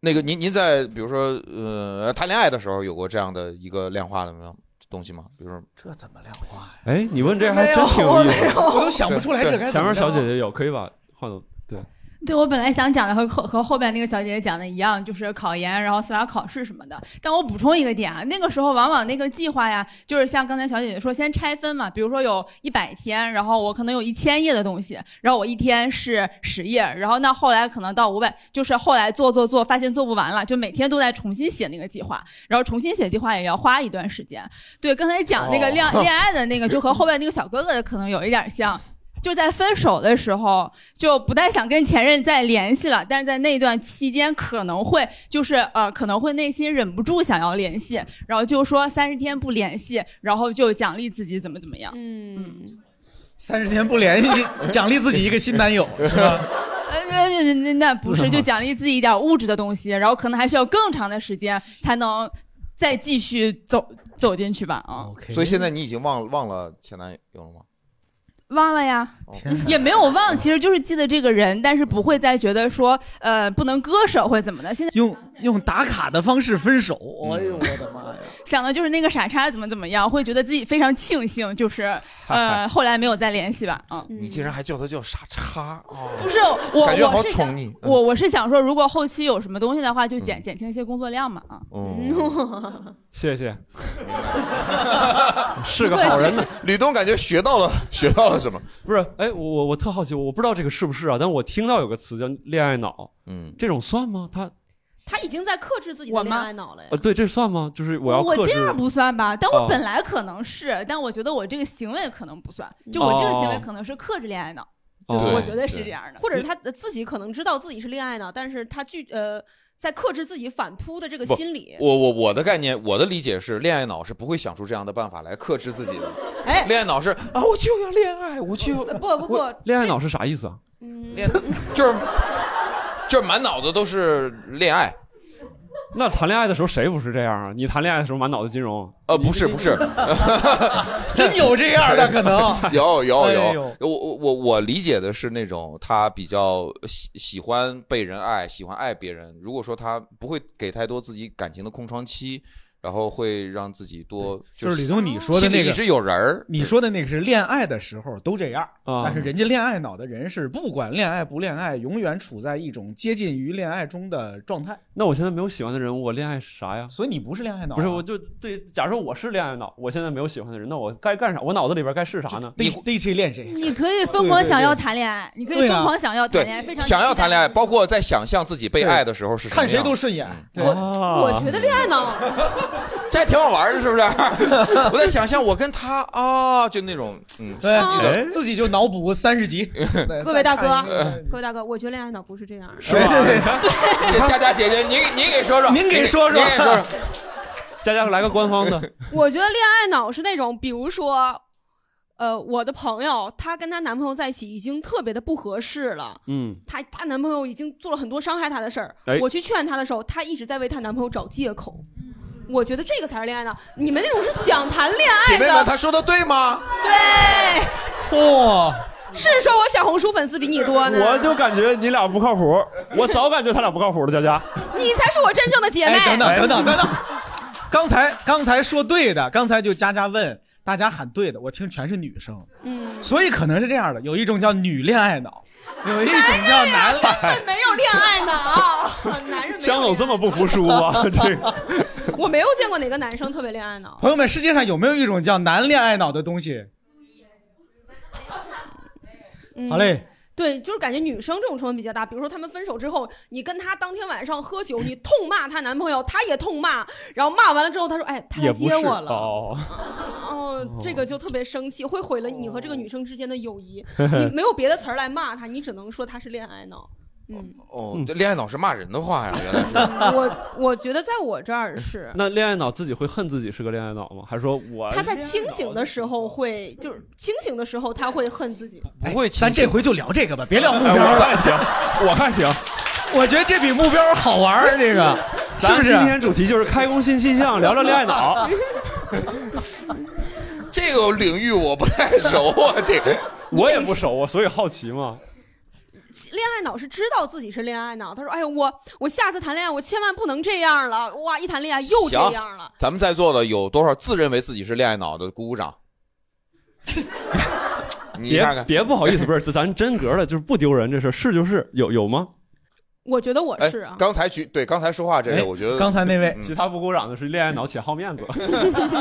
S1: 那个您您在比如说呃谈恋爱的时候有过这样的一个量化的没有东西吗？比如说
S5: 这怎么量化呀？
S3: 哎，你问这还
S8: 没
S3: 真
S8: 有，
S3: 挺
S8: 我
S3: 有意
S8: 没
S3: 思的。
S8: 有。
S5: 我都想不出来这该怎
S3: 前
S5: 么
S3: 面小姐
S5: 量
S3: 姐有可以把话筒
S9: <laughs> 对，我本来想讲的和后和后边那个小姐姐讲的一样，就是考研，然后司法考试什么的。但我补充一个点啊，那个时候往往那个计划呀，就是像刚才小姐姐说，先拆分嘛，比如说有一百天，然后我可能有一千页的东西，然后我一天是十页，然后那后来可能到五百，就是后来做做做，发现做不完了，就每天都在重新写那个计划，然后重新写计划也要花一段时间。对，刚才讲那个恋、
S1: 哦
S9: 恋爱的那个，就和后边那个小哥哥的可能有一点像。就在分手的时候，就不太想跟前任再联系了，但是在那段期间可能会就是呃可能会内心忍不住想要联系，然后就说三十天不联系，然后就奖励自己怎么怎么样。
S4: 嗯，
S5: 三十天不联系， <laughs> 奖励自己一个新男友是吧？
S9: 呃，那那那那不是，就奖励自己一点物质的东西，然后可能还需要更长的时间才能再继续走走进去吧啊、
S5: OK，
S1: 所以现在你已经忘忘了前男友了吗？
S9: 忘了呀。
S5: 天哪
S9: 也没有
S1: 嗯
S9: 忘，其实就是记得这个人，但是不会再觉得说，呃，不能割舍或者怎么的。现在
S5: 用用打卡的方式分手，哎
S3: 嗯
S5: 呦我的妈呀！
S9: 想的就是那个傻叉怎么怎么样，会觉得自己非常庆幸，就是呃，后来没有再联系吧，嗯。
S1: 你竟然还叫他叫傻叉啊！
S9: 不是我，
S1: 感觉好
S9: 我是想
S1: 宠你。嗯
S9: 我我是想说，如果后期有什么东西的话，就减
S1: 嗯
S9: 减轻一些工作量嘛啊。
S1: 哦，
S4: 嗯
S3: <laughs> 谢
S1: <laughs>
S3: 谢，是个好人呢。
S1: 吕东感觉学到了学到了什么？
S3: 不是，哎，我我我特好奇，我不知道这个是不是啊，但我听到有个词叫恋爱脑，
S1: 嗯，
S3: 这种算吗？他
S4: 他已经在克制自己
S9: 我
S4: 的恋
S9: 妈
S4: 爱脑了呀
S3: 呃，。对，这算吗？就是我要
S9: 我
S3: 克
S9: 这
S3: 制
S9: 样。不算吧，但我
S3: 哦
S9: 本来可能是，但我觉得我这个行为可能不算，就我这个行为
S3: 哦
S9: 可能是克制恋爱脑，
S3: 哦
S1: 对
S9: 我觉得是
S1: 对
S9: 这样的。
S4: 或者是他呃自己可能知道自己是恋爱脑，但是他拒呃在克制自己反扑的这个
S1: 不
S4: 心理。
S1: 我我我的概念，我的理解是，恋爱脑是不会想出这样的办法来克制自己的。
S4: <laughs> 哎
S1: 恋爱脑是啊，我就要恋爱，我就
S9: 呃不不不，
S3: 恋爱脑是啥意思啊？
S4: 嗯，
S1: 恋，就是就是满脑子都是恋爱。
S3: 那谈恋爱的时候谁不是这样啊？你谈恋爱的时候满脑子金融，啊
S1: 呃，不是不是，
S5: <laughs> 真有这样的可能？
S1: <laughs> 有有
S5: 哎
S1: 有
S5: 呦，
S1: 我我我我理解的是那种他比较喜喜欢被人爱，喜欢爱别人。如果说他不会给太多自己感情的空窗期，然后会让自己多
S5: 就是
S1: 是
S5: 李东你说的
S1: 心
S5: 那
S1: 里
S5: 个，
S1: 是有人儿。
S5: 你说的那个是恋爱的时候都这样，
S3: 啊
S5: 但是人家恋爱脑的人是不管恋爱不恋爱，永远处在一种接近于恋爱中的状态，
S3: 那我现在没有喜欢的人，我恋爱是啥呀？
S5: 所以你不是恋爱脑啊，
S3: 不是，我就对，假如说我是恋爱脑，我现在没有喜欢的人，那我该干啥？我脑子里边该是啥呢？
S5: 逮逮谁恋谁。
S9: 你可以疯
S5: 对
S9: 狂
S5: 对
S9: 想
S5: 对
S9: 要谈恋爱，你可以
S5: 对啊
S9: 疯狂想要
S1: 对
S9: 谈恋爱，非常
S1: 想要
S9: 期待
S1: 谈恋爱，包括在想象自己被爱的时候是什么
S5: 看谁
S1: 样
S5: 都顺眼
S1: 嗯，
S5: 对啊
S1: <laughs>
S4: 我觉得恋爱脑，
S1: 这还挺好玩儿的，是不是？ <laughs> 我在想象我跟他啊，就那种嗯，
S5: 对哎
S1: 自己就脑补三 <laughs> 十集。
S4: 各位大哥啊
S1: 呃，
S4: 各位大哥，我觉得恋爱脑不是这样，
S1: 是吧？ <laughs> 这佳佳姐姐，您您给说说，
S5: 您给说说
S1: 您给
S5: <laughs>
S1: 说说，
S3: <laughs> 佳佳来个官方的，
S4: 我觉得恋爱脑是那种，比如说，呃，我的朋友她跟她男朋友在一起已经特别的不合适了，
S3: 嗯，
S4: 她她男朋友已经做了很多伤害她的事儿
S3: 哎，
S4: 我去劝她的时候，她一直在为她男朋友找借口。我觉得这个才是恋爱脑，你们那种是想谈恋爱
S1: 姐妹们，
S4: 的。
S1: 她说的对吗？
S4: 对，
S5: 嚯、
S4: 是说我小红书粉丝比你
S1: 哦
S4: 多呢，
S3: 我就感觉你俩不靠谱，
S1: <laughs>
S3: 我早感觉他俩不靠谱了，佳佳。
S4: 你才是我真正的姐妹。
S5: 哎，等等等等等等，刚才刚才说对的，刚才就佳佳问大家喊对的，我听全是女生，
S4: 嗯，
S5: 所以可能是这样的，有一种叫女恋爱脑，有一种叫男恋爱脑。
S4: 没有恋爱脑， <laughs> 男人没
S3: 江总这么不服输
S9: <laughs>
S3: 吗？这个
S4: 有，我没有见过哪个男生特别恋爱脑。
S5: 朋友们，世界上有没有一种叫男恋爱脑的东西？
S4: 嗯
S5: 好嘞，
S4: 对，就是感觉女生这种成分比较大。比如说，她们分手之后，你跟她当天晚上喝酒，你痛骂她男朋友，她也痛骂，然后骂完了之后，她说：“哎，他来
S3: 也不
S4: 接
S3: 是
S4: 我了。
S3: 哦，。
S4: <laughs> 哦，这个就特别生气，会毁了你和这个女生之间的友谊。你没有别的词儿来骂她，你只能说她是恋爱脑。 <laughs> 嗯，
S1: 哦，这恋爱脑是骂人的话呀，原来是。
S4: 我我觉得在我这儿是
S3: <laughs> 那恋爱脑自己会恨自己是个恋爱脑吗？还是说我
S4: 她在清醒的时候会，就是清醒的时候，她会恨自己。
S1: 不会清醒，
S5: 哎咱这回就聊这个吧，别聊目
S3: 哎，
S5: 标
S3: 我
S5: 了。
S3: 看行，我看行。
S5: <laughs> 我觉得这比目标好玩儿，这个
S9: <laughs>
S5: 是
S3: 咱
S5: 不
S3: 今
S5: 是？啊
S3: 天主题就是开工新气象，聊聊恋爱 <laughs> 脑。
S1: <laughs> 这个领域我不太熟啊，这个
S3: 我也不熟啊，所以好奇嘛。
S4: 恋爱脑是知道自己是恋爱脑，她说：“哎呀，我我下次谈恋爱，我千万不能这样了。”哇，一谈恋爱又这
S1: 行
S4: 样了。
S1: 咱们在座的有多少自认为自己是恋爱脑的？鼓鼓掌。你
S3: 别
S1: 看看，
S3: 别不好意思，不是咱真格的，就是不丢人这事儿，是就是有有吗？
S4: 我觉得我
S9: 呃
S1: 哎
S4: 是啊，，
S1: 刚才举对刚才说话这
S5: 哎
S1: 个，我觉得，嗯
S5: 刚才那位，
S3: 其他不鼓掌的是恋爱脑且好面子。
S1: <laughs>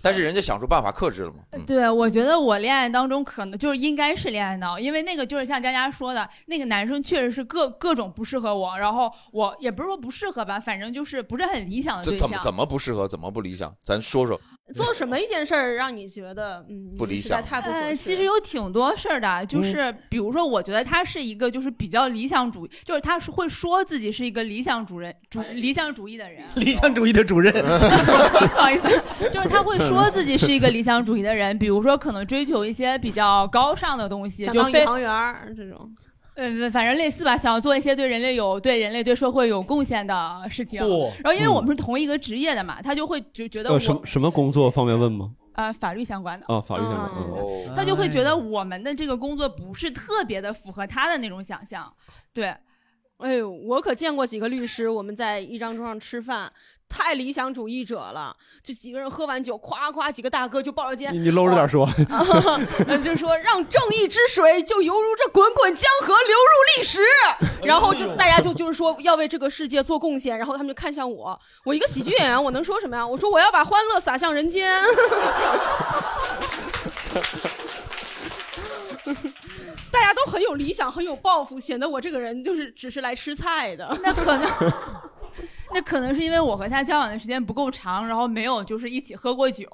S1: 但是人家想出办法克制了嘛。嗯
S9: 对，我觉得我恋爱当中可能就是应该是恋爱脑，因为那个就是像佳佳说的，那个男生确实是各各种不适合我，然后我也不是说不适合吧，反正就是不是很理
S4: 啊
S9: 想的
S1: 这
S9: 对
S1: 怎
S9: 象
S1: 么。怎么不适合，怎么不理想？咱说说，
S4: 做什么一件事儿让你觉得嗯
S1: 不理
S4: 实在
S1: 想
S4: 太不合
S9: 呃，
S4: 适
S9: 其实有挺多事儿的，就是比如说，我觉得他是一个就是比较理想主义，就是他是会说自己是一个理想主人主理想主义的人。
S5: 理想主义的主任，
S9: 不好意思，就是他会说自己是一个理想主义的人，比如说可能追求一些比较高尚的东西，
S4: 想
S9: 就
S4: 当宇
S9: 非
S4: 航员儿这种，
S9: 呃反正类似吧，想要做一些对人类有对人类对社会有贡献的事情。
S5: 嚯
S9: 然后因为我们是同一个职业的嘛，他就会就觉得
S3: 嗯呃，什
S9: 我
S3: 么什么工作方便问吗？
S9: 呃法律相关的。
S3: 啊，法律相关。嗯嗯
S1: 哦，
S9: 他就会觉得我们的这个工作不是特别的符合他的那种想象，对，
S4: 哎呦，我可见过几个律师，我们在一张桌上吃饭，太理想主义者了，就几个人喝完酒，夸夸几个大哥就抱着肩
S3: 你，你搂着点说，
S4: <laughs> 嗯就说让正义之水就犹如这滚滚江河流入历史，然后就大家就就是说要为这个世界做贡献，然后他们就看向我，我一个喜剧演员，我能说什么呀？我说我要把欢乐洒向人间。大家都很有理想，很有抱负，显得我这个人就是只是来吃菜的。
S9: 那可能，那可能是因为我和他交往的时间不够长，然后没有就是一起喝过酒，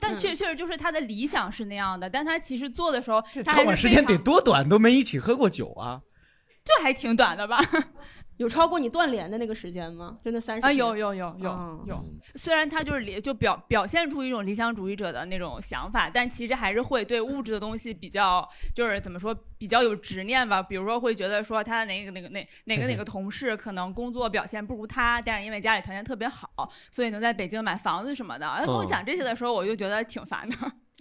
S9: 但
S5: 嗯
S9: 确确实就是他的理想是那样的，但他其实做的时候，
S5: 交
S9: 他 <laughs> 还
S5: 往
S9: 是
S5: 时
S9: 非
S5: 间
S9: 常
S5: 得多短，都没一起喝过酒啊。
S9: 就还挺短的吧？
S4: <laughs> 有超过你断联的那个时间吗？就那三十
S9: 啊，有有有有、
S4: 哦
S9: 有，虽然他就是理就表表现出一种理想主义者的那种想法，但其实还是会对物质的东西比较就是怎么说比较有执念吧。比如说会觉得说他哪个哪个哪哪个哪个同事可能工作表现不如他，但是因为家里条件特别好，所以能在北京买房子什么的。他跟我
S3: 嗯
S9: 讲这些的时候，我就觉得挺烦的。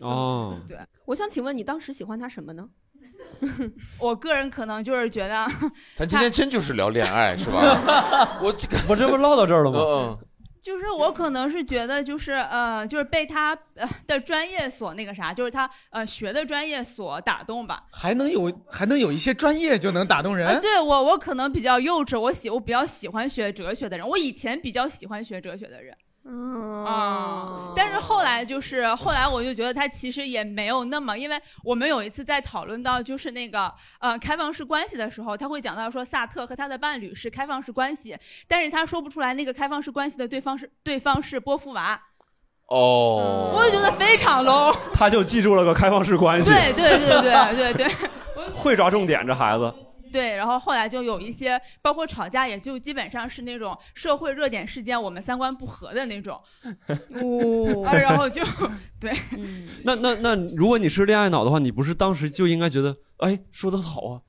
S3: 哦，
S9: 对
S4: 我想请问你当时喜欢他什么呢？ <laughs>
S9: 我个人可能就是觉得，
S1: 咱今天真就是聊恋爱是吧？
S9: <laughs>
S1: 我这个，
S3: 我这不唠到这儿了
S1: 嗯
S3: 吗？
S1: 嗯，
S4: <laughs>
S9: 就是我可能是觉得，就是呃，就是被他呃的专业所那个啥，就是他呃学的专业所打动吧。
S5: 还能有还能有一些专业就能打动
S9: 啊，
S5: 人，
S9: 对我我可能比较幼稚，我喜我比较喜欢学哲学的人，我以前比较喜欢学哲学的人
S4: 嗯
S9: 啊、但是后来来就是后来我就觉得它其实也没有那么，因为我们有一次在讨论到就是那个呃开放式关系的时候，他会讲到说萨特和他的伴侣是开放式关系，但是他说不出来那个开放式关系的对方是对方是波伏娃，
S1: 哦，
S9: 嗯我就觉得非常 low。
S3: 他就记住了个开放式关系，
S9: 对对对对对对。
S3: 会抓重点这孩子。
S9: 对，然后后来就有一些，包括吵架，也就基本上是那种社会热点事件，我们三观不合的那种。
S4: 哦
S9: 啊然 <laughs> 后就对，
S4: 嗯
S9: <laughs>
S3: 那那那，如果你是恋爱脑的话，你不是当时就应该觉得，哎，说的好啊，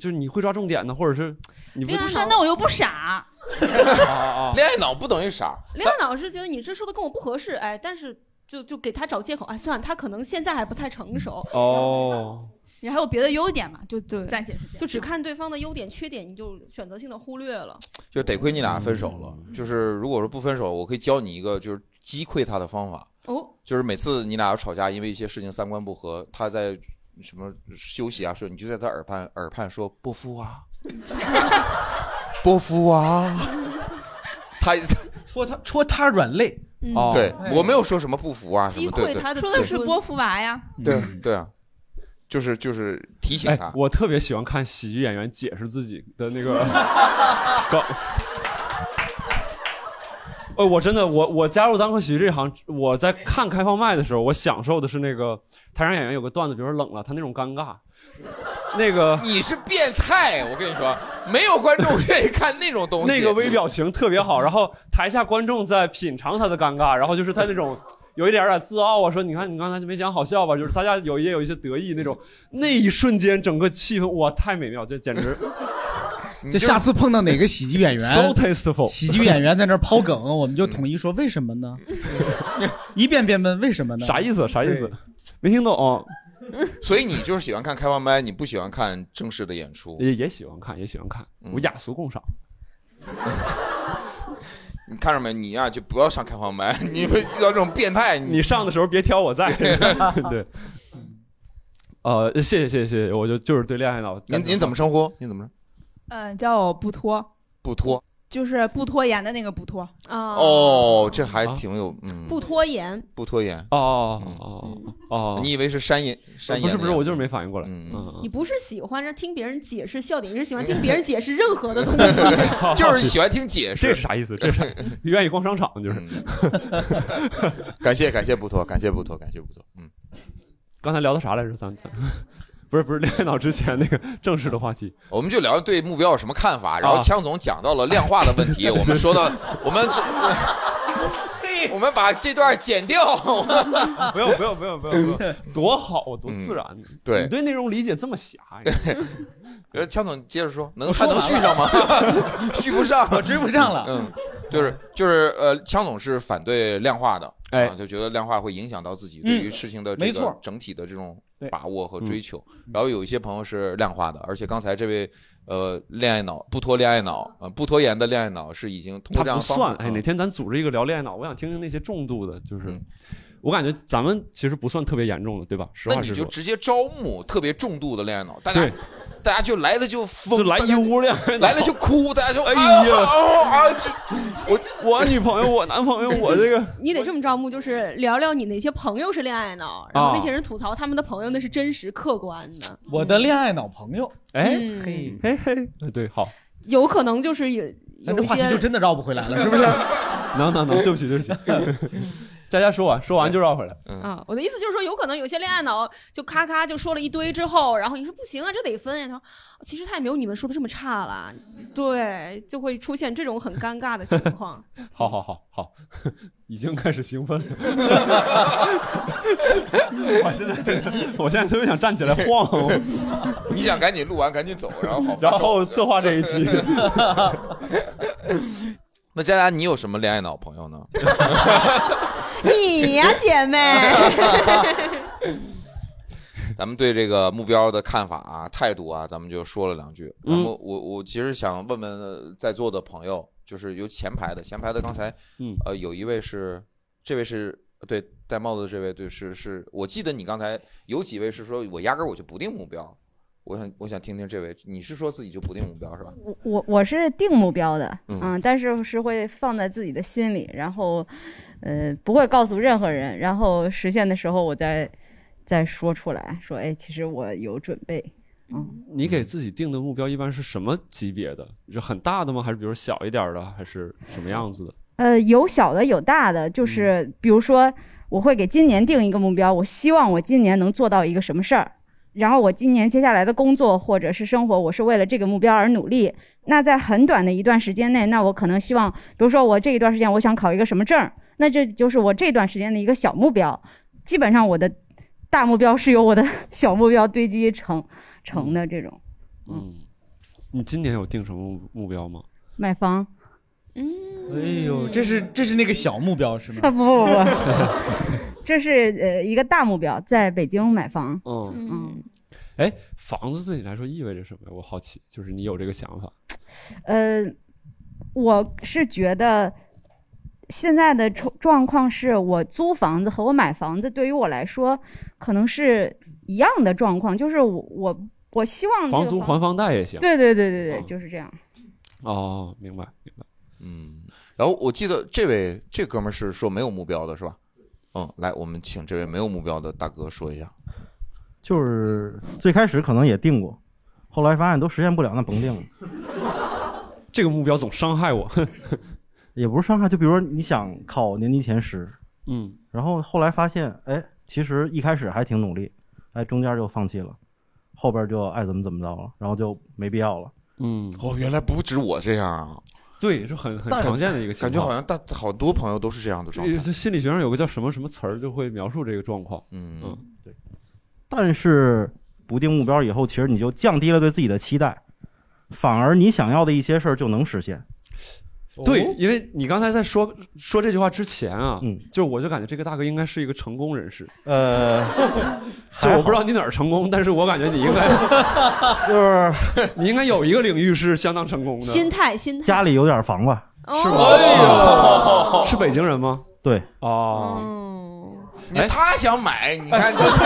S3: 就是你会抓重点的，或者是你不啊
S9: 不是，那我又不傻。
S3: <laughs>
S1: <laughs> 恋爱脑不等于傻，
S4: 恋爱脑是觉得你这说的跟我不合适，哎，但是就就给他找借口，哎，算了，他可能现在还不太成熟，
S3: 哦，
S9: 你还有别的优点嘛？就对，暂且是这样
S4: 就只看对方的优点缺点，你就选择性的忽略了。
S1: 就得亏你俩分手了。
S3: 嗯
S1: 就是如果说不分手，我可以教你一个就是击溃他的方法，
S4: 哦，
S1: 就是每次你俩要吵架，因为一些事情三观不合，他在什么休息啊，说你就在他耳畔耳畔说波夫啊，波夫啊，他
S5: 戳他戳他软肋
S9: 嗯
S1: 对
S5: 哎
S1: 我没有说什么不服啊什么，对对，
S9: 说的是波伏娃呀。
S3: 嗯
S1: 对对啊，就是就是提醒
S3: 哎
S1: 他，，
S3: 我特别喜欢看喜剧演员解释自己的那个 <laughs> 搞。呃，我真的，我我加入单口喜剧这行，我在看开放麦的时候，我享受的是那个台上演员有个段子，比如说冷了，他那种尴尬，那个
S1: 你是变态，我跟你说，没有观众愿意看那种东西。
S3: 那个微表情特别
S1: <laughs>
S3: 好，然后台下观众在品尝他的尴尬，然后就是他那种 <laughs> 有一点点自傲啊，说你看你刚才没讲好笑吧，就是大家有也有一些得意那种，那一瞬间整个气氛哇太美妙，这简
S5: <laughs>
S3: 直
S5: 就下次碰到哪个喜剧
S3: <laughs>
S5: 演
S3: so
S5: 员，
S3: tasteful，嗯
S5: 喜剧演员在那儿抛梗，我们就统一说为什么呢？ <laughs> 一遍遍问为什么呢？
S3: 啥意思啥意思
S5: 对？
S3: 没听懂，
S1: <laughs> 所以你就是喜欢看开放麦，你不喜欢看正式的演出。嗯
S3: 也也喜欢看也喜欢看，我雅俗共赏。
S1: <laughs> 你看着没？你呀、就不要上开放麦， <laughs> 你们遇到这种变态，你
S3: 你上的时候别挑我
S1: <laughs>
S3: 在，对。呃，谢谢谢谢谢谢，我就就是对恋爱脑。
S1: 您您怎么称呼？您
S3: <laughs>
S1: 怎么
S9: 嗯，叫我不拖，
S1: 不脱？
S9: 就是不拖延的那个不拖。
S4: 啊，
S1: 哦，这还挺有嗯，
S4: 不拖延，
S1: 不拖延。嗯
S3: 哦哦哦，
S1: 你以为是山岩山岩？
S3: 不是不是，我就是没反应过来。
S4: 你
S3: 嗯，
S4: 不是喜欢让听别人解释笑点，你是喜欢听别人解 <laughs> 释任何的东西。 <laughs>
S1: 就是喜欢听解
S3: 这
S1: 释
S3: 是。啥意思？这是啥愿意逛商场就是。 <laughs>
S1: 感谢感谢不脱，感谢不脱，感谢不脱。嗯，
S3: 刚才聊的啥来着？咱咱 <laughs> 不是不是恋爱脑之前 <laughs> 那个正式的话题。
S1: 我们就聊对目标有什么看法，然后
S3: 啊
S1: 枪总讲到了量化的问题，我们说到我们这。 <laughs> 我们把这段剪掉。
S3: <laughs> 不用不用不用不用
S1: <laughs>
S3: 不用，多好多自然。
S1: 嗯对
S3: 你对内容理解这么狭 <laughs> 隘，
S1: 呃，枪总接着说，能
S5: 我
S1: 还
S5: 说
S1: 能
S5: 完
S1: 续上吗？
S3: <laughs>
S1: <laughs> 续不上，
S5: 我追不上了。
S1: 嗯，就是就是呃，枪总是反对量化的，
S3: 哎嗯
S1: 啊，就觉得量化会影响到自己对于事情的这
S5: 没
S1: 个
S5: 错
S1: 整体的这种
S5: 对
S1: 把握和追求。然后有一些朋友是量化的，而且刚才这位呃恋爱脑不脱恋爱脑呃不拖延的恋爱脑是已经通
S3: 他
S1: 过这样
S3: 不
S1: 的方
S3: 算。
S1: 法啊
S3: 哎，哪天咱组织一个聊恋爱脑，我想听听那些重度的，就是
S1: 嗯
S3: 我感觉咱们其实不算特别严重的，对吧？实
S1: 那
S3: 话
S1: 你
S3: 实
S1: 就
S3: 说，
S1: 直接招募特别重度的恋爱脑，大家
S3: 对
S1: 大家就来的就疯，
S3: 就来
S1: 大
S3: 一
S1: 家
S3: 屋恋爱脑
S1: 来了就哭，大家就
S3: 哎
S1: 啊
S3: 呀
S4: 哦
S1: 啊啊！就
S3: 我女朋友、我男 <laughs> 朋友、我这个
S4: 你得这么招募，就是聊聊你哪些朋友是恋爱脑，然后那些人吐槽他们的朋友那是真实客观的，
S5: 我的恋爱脑朋友，
S3: 哎
S4: 嗯
S5: 嘿，
S3: 嘿嘿，对，好，
S4: 有可能就是有
S5: 咱
S4: 有
S5: 这
S4: 一
S5: 话题就
S4: 些
S5: 真的绕不回来了，是不
S3: <laughs>
S5: 是？
S3: 能能能，对不起对不起， <laughs> 佳佳说完说完就绕回来。
S4: 啊，我的意思就是说，有可能有些恋爱脑就咔咔就说了一堆之后，然后你说不行啊，这得分呀。他说其实他也没有你们说的这么差啦，对，就会出现这种很尴尬的情况。
S3: 好好好好， <laughs> 已经开始兴 <laughs> 奋了。我现在真的，我现在特别想站起来晃哦，
S1: 你想赶紧录完赶紧走，然后好发
S3: 然
S1: 愁
S5: 哦
S3: 后策划这一期。
S1: <laughs> 那佳佳，你有什么恋爱脑朋友呢？
S4: 你呀、姐妹，
S1: 咱们对这个目标的看法啊、态度啊，咱们就说了两句。然
S3: 嗯
S1: 后我我其实想问问呃在座的朋友，就是有前排的，前排的刚才，
S3: 嗯
S1: 呃，有一位是，这位是对戴帽子的这位，对是是，我记得你刚才有几位是说我压根儿我就不定目标，我想我想听听这位，你是说自己就不定目标是吧？
S10: 我 <laughs> 我我是定目标的，
S1: 嗯
S10: 但是是会放在自己的心里，然后，呃，不会告诉任何人，然后实现的时候我再再说出来，说，哎，其实我有准备，嗯，
S3: 你给自己定的目标一般是什么级别的？是很大的吗？还是比如小一点儿的？还是什么样子的？
S10: 呃，有小的有大的，就是比如说，我会给今年定一个目标，我希望我今年能做到一个什么事儿，然后我今年接下来的工作或者是生活，我是为了这个目标而努力。那在很短的一段时间内，那我可能希望，比如说我这一段时间我想考一个什么证儿，那这就是我这段时间的一个小目标。基本上我的大目标是由我的 <laughs> 小目标堆积成成的这种
S3: 嗯，你今年有定什么目目标吗？
S10: 买房。
S5: 哎
S3: 嗯
S5: 呦，这是这是那个小目标是吗？
S10: 啊不不不，这是呃一个大目标，在北京买房。
S3: <laughs> 嗯，
S10: 嗯，
S3: 哎，房子对你来说意味着什么呀？我好奇，就是你有这个想法，
S10: 呃，我是觉得现在的状状况是我租房子和我买房子对于我来说可能是一样的状况，就是我我我希望这个
S3: 房租还房贷也行。嗯
S10: 对对对对对，就是这样。
S3: 哦，明白明白。
S1: 嗯，然后我记得这位这哥们儿是说没有目标的是吧？嗯，来，我们请这位没有目标的大哥说一下。
S11: <laughs> 就是最开始可能也定过，后来发现都实现不了，那甭定了。
S3: <laughs> 这个目标总伤害我，
S11: <laughs> 也不是伤害，就比如说你想考年级前十，
S3: 嗯，
S11: 然后后来发现，哎，其实一开始还挺努力，哎，中间就放弃了，后边就爱怎么怎么着了，然后就没必要了。
S3: 嗯，
S1: 哦，原来不止我这样啊，
S3: 对，是很很常见的一个情况。
S1: 感觉好像大好多朋友都是这样的状
S3: 这
S1: 态。
S3: 这心理学上有个叫什么什么词儿，就会描述这个状况。
S1: 嗯
S3: 对，
S11: 但是不定目标以后，其实你就降低了对自己的期待，反而你想要的一些事儿就能实现。哦
S3: 对，因为你刚才在说说这句话之前啊，
S11: 嗯，
S3: 就我就感觉这个大哥应该是一个成功人士。
S11: 呃，
S3: <laughs> 就我不知道你哪儿成功，但是我感觉你应 <laughs> 该
S11: 就是
S3: 你应该有一个领域是相当成功的。
S4: 心态心态哦
S11: 家里有点房吧？
S4: 是
S3: 吗
S1: 哎呦
S3: 是北京人吗？
S11: 对，
S3: 哦，
S4: 嗯
S1: 你他想买，你
S3: <laughs>
S1: 看就是，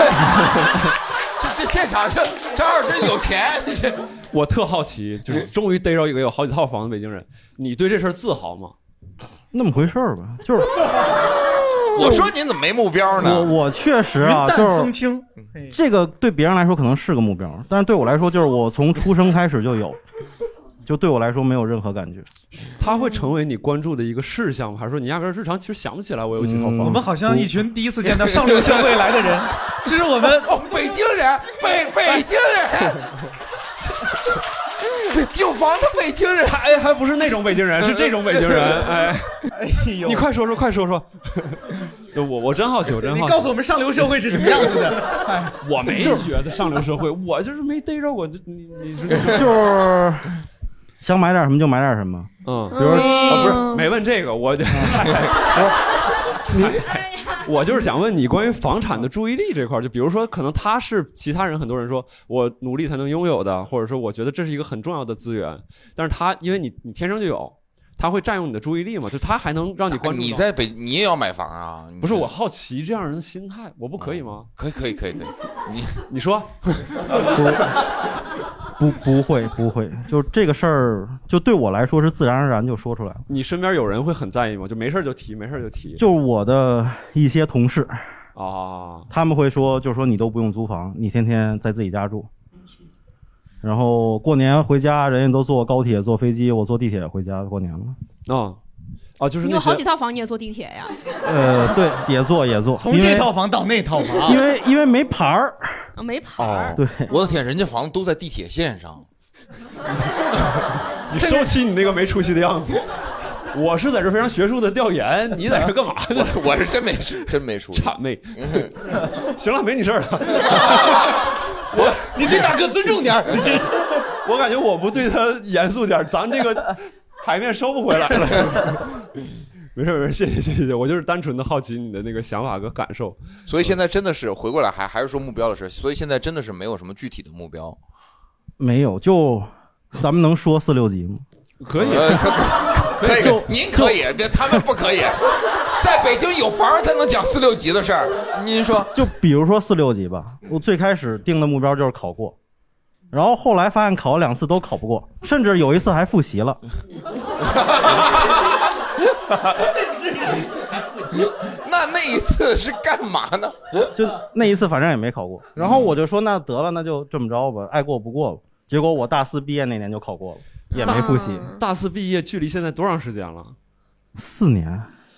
S1: 这这现场这正好这有钱，这
S3: 我特好奇，就是终于逮着一个有好几套房的北京人，你对这事儿自豪吗？
S11: 那么回事儿吧，就是
S1: 我说您怎么没目标
S11: 我
S1: 呢？
S11: 我确实啊，
S1: 云淡
S11: 就是
S1: 风
S5: 轻，
S11: 这个对别人来说可能是个目标，但是对我来说，就是我从出生开始就有，就对我来说没有任何感觉。
S3: 它会成为你关注的一个事项吗？还是说你压根儿日常其实想不起来我有几套房？
S11: 嗯我们
S5: 好像一群第一次见到上流社会来的人，这是我们
S1: 哦，北京人，北北京
S3: <laughs>
S1: 人，有房的北京人，
S3: 哎， <laughs> 还不是那种北京人，是这种北京
S5: 嗯
S3: 人，哎，
S5: 哎
S6: <laughs>
S5: 呦
S3: 你快说说，快说说，我我真好奇，我真
S5: 你
S3: 好奇，
S5: 告诉我们上流社会是什么样子的？哎
S3: <laughs> 我没觉得上流社会，我就是没逮着过，你你你是
S11: <laughs> 就是想买点什么就买点什么。
S3: 嗯，
S11: 比如说
S3: 啊，不是没问这
S5: <laughs>
S3: 个，我就我我就是想问你关于房产的注意力这块儿，就比如说，可能他是其他人很多人说我努力才能拥有的，或者说我觉得这是一个很重要的资源，但是他因为你你天生就有，他会占用你的注意力嘛，就他还能让你关注到。
S1: 你在北你也要买房啊？你
S3: 不是我好奇这样人的心态，我不可以吗？
S1: 嗯可以可以可以可以，你
S3: 你说， <laughs>
S11: 不不会不会，就这个事儿，就对我来说是自然而然就说出来了。
S3: 你身边有人会很在意吗？就没事儿就提，没事儿就提。
S11: 就是我的一些同事，
S3: 啊，
S11: 他们会说，就是说你都不用租房，你天天在自己家住。然后过年回家，人家都坐高铁、坐飞机，我坐地铁回家过年了。
S3: 啊啊，就是
S4: 你
S3: 那
S4: 有好
S3: 些
S4: 几套房，你也坐地铁呀？
S11: 呃，对，也坐也坐，
S5: 从这套房到那套房，啊
S11: 因为因为没牌儿，
S4: 啊，没牌
S1: 哦
S11: <laughs>
S4: 儿，，
S11: 对，
S1: 我的天，人家房子都在地铁线上，
S3: 你收起你那个没出息的样子。我是在这非常学术的调
S1: <laughs>
S3: 研，你在这干嘛呢？
S1: 我我是真没真没出息。
S3: 谄媚。 <laughs> 行了，没你事
S1: <laughs>
S3: 儿了。
S5: 你对大哥尊重点儿，你这
S3: 我感觉我不对他严肃点儿，咱这个台面收不回来了。没事儿没事儿，谢谢谢谢谢谢，我就是单纯的好奇你的那个想法和感受。
S1: 所以现在真的是回过来还还是说目标的事，所以现在真的是没有什么具体的目标。
S11: <laughs> 没有，就咱们能说四六级吗？
S3: 可以，
S1: 呃，
S3: <laughs>
S1: 可可以，您可以，别他们不可以。在北京有房才能讲四六级的
S5: <laughs>
S1: 事儿，您说
S11: 就比如说四六级吧，我最开始定的目标就是考过，然后后来发现考了两次都考不过，甚至有一次还复习了。
S1: 那那一次是干嘛呢？
S11: 就那一次反正也没考过。然后我就说那得了，那就这么着吧，爱过不过吧。结果我大四毕业那年就考过了，也没复习。
S4: 嗯
S3: 大四毕业距离现在多长时间了？
S11: 四年，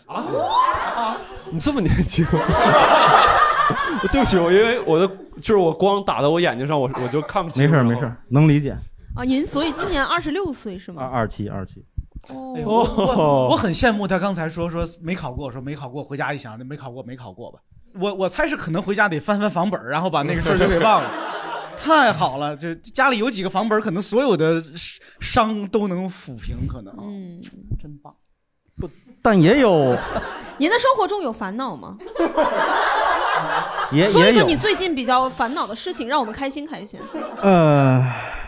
S6: 啊
S3: 你这么年轻？ <laughs> 对不起，我因为我的就是我光打到我眼睛上，我我就看不清。
S11: 没事儿没事儿，能理解。
S4: 啊，您所以今年二十六岁是
S11: 二
S3: 啊
S4: 吗？
S11: 二期二期，
S5: 哎呦
S1: 哦
S5: 我
S3: 哦
S5: 我我很羡慕他刚才说说没考过，我说没考过，回家一想没考过没考过吧。我我猜是可能回家得翻翻房本儿，然后把那个事儿就给忘了。 <laughs> 太好了，就家里有几个房本儿，可能所有的伤都能抚平，可能。
S4: 嗯，
S5: 真棒。
S11: 但也有
S4: 您的生活中有烦恼吗？
S11: 也
S4: 说一
S11: 也
S4: 个
S11: 有
S4: 你最近比较烦恼的事情，让我们开心开心。
S11: 呃，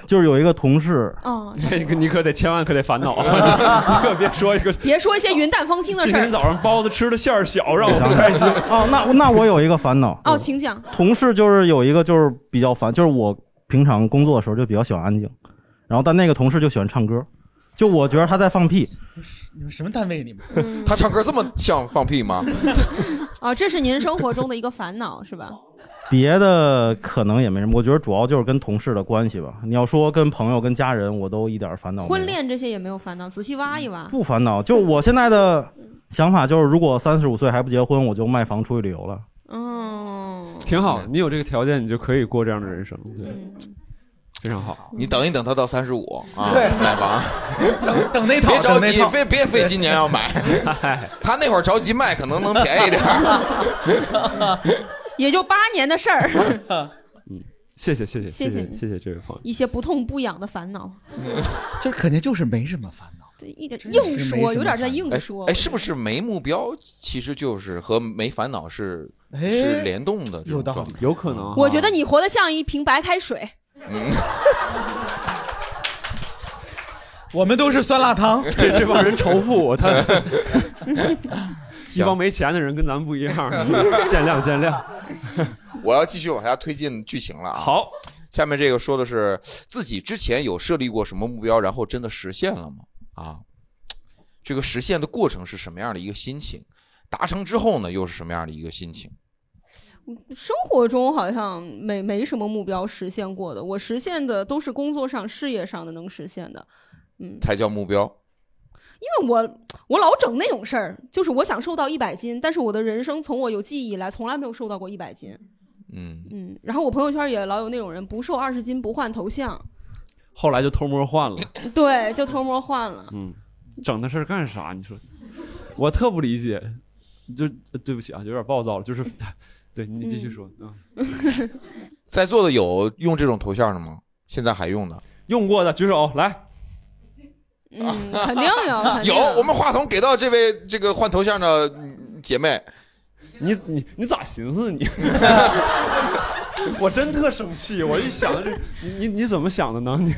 S11: 就是有一个同事，
S4: 嗯，
S3: 你 <laughs> 可你可得千万可得烦恼
S11: <laughs>
S3: 啊！你可别说一个
S4: <laughs> 别说一些云淡风轻的
S3: 今
S4: 事儿
S3: 天。早上包子吃的馅儿小，让我不开
S4: <laughs>
S3: 心。
S11: 哦，那那我有一个烦恼，
S4: 哦，请讲。
S11: 同事就是有一个就是比较烦，就是我平常工作的时候就比较喜欢安静，然后但那个同事就喜欢唱歌，就我觉得他在放屁，
S5: 你们什么单位？你们
S1: 他唱歌这么像放
S5: <laughs>
S1: 屁吗？
S4: 啊，这是您生活中的一个烦恼是吧？
S11: 别的可能也没什么，我觉得主要就是跟同事的关系吧。你要说跟朋友、跟家人，我都一点烦恼没有
S4: 婚恋这些也没有烦恼，仔细挖一挖。
S11: 不烦恼。就我现在的想法就是，如果三十五岁还不结婚，我就卖房出去旅游了。
S4: 嗯，
S3: 挺好，你有这个条件，你就可以过这样的人生，对，非常好。
S1: 你等一等，他到三十五啊，
S5: 对
S1: 买房。
S5: 等那套
S1: 别着
S5: 等那
S1: 急
S5: 套，
S1: 非别
S5: <laughs>
S1: 非今年
S3: <laughs>
S1: 要买。
S3: 哎
S1: 他那会儿着急卖，可能能便宜点儿。
S5: <laughs>
S1: <laughs>
S4: 也就八年的事儿， <laughs>
S3: 谢谢谢谢
S4: 谢谢
S3: 谢
S4: 你
S3: 谢谢这位朋友。
S4: 一些不痛不痒的烦恼，
S5: 这肯定 <laughs> 就是没什么烦恼。
S4: 对，一点
S5: 是
S4: 硬
S5: 没什
S4: 说，
S5: 么
S4: 有点在硬
S1: 哎
S4: 说。
S1: 哎，是不是没目标其实就是和没烦恼是
S5: 哎
S1: 是联动的这种状态？嗯
S3: 有可能啊
S4: 我觉得你活得像一瓶白开水。
S5: 我们都是酸辣
S1: <laughs>
S5: 汤，
S3: 这这帮人
S5: <laughs>
S3: 仇富，我他一帮没钱的人跟咱们不一样， <laughs> 见谅见谅。
S1: 我要继续往下推进剧情了啊！
S3: 好，
S1: 下面这个说的是自己之前有设立过什么目标，然后真的实现了吗？啊，这个实现的过程是什么样的一个心情？达成之后呢，又是什么样的一个心情？
S4: 生活中好像没没什么目标实现过的，我实现的都是工作上、事业上的能实现的，嗯
S1: 才叫目标。
S4: 因为我我老整那种事儿，就是我想瘦到一百斤，但是我的人生从我有记忆以来从来没有瘦到过一百斤。
S1: 嗯
S4: 嗯，然后我朋友圈也老有那种人不瘦二十斤不换头像，
S3: <laughs>
S4: <laughs>
S3: 后来就偷摸换
S1: <laughs>
S3: 了，
S4: 对，就偷摸换了。
S3: 嗯，整那事儿干啥？你说，我特不理解，就对不起啊，有点暴躁了，就是，对你继续说，嗯，
S1: 在座的有用这种头像的吗？现在还用的？
S3: 用过的举手来，
S4: 嗯，肯定
S1: <laughs>
S4: 有，
S12: 啊
S4: 肯定
S1: 啊有，我们话筒给到这位这个换头像的嗯姐妹。
S3: 你你你咋寻思你？我真特生气，我一想这你你你怎么想的呢？你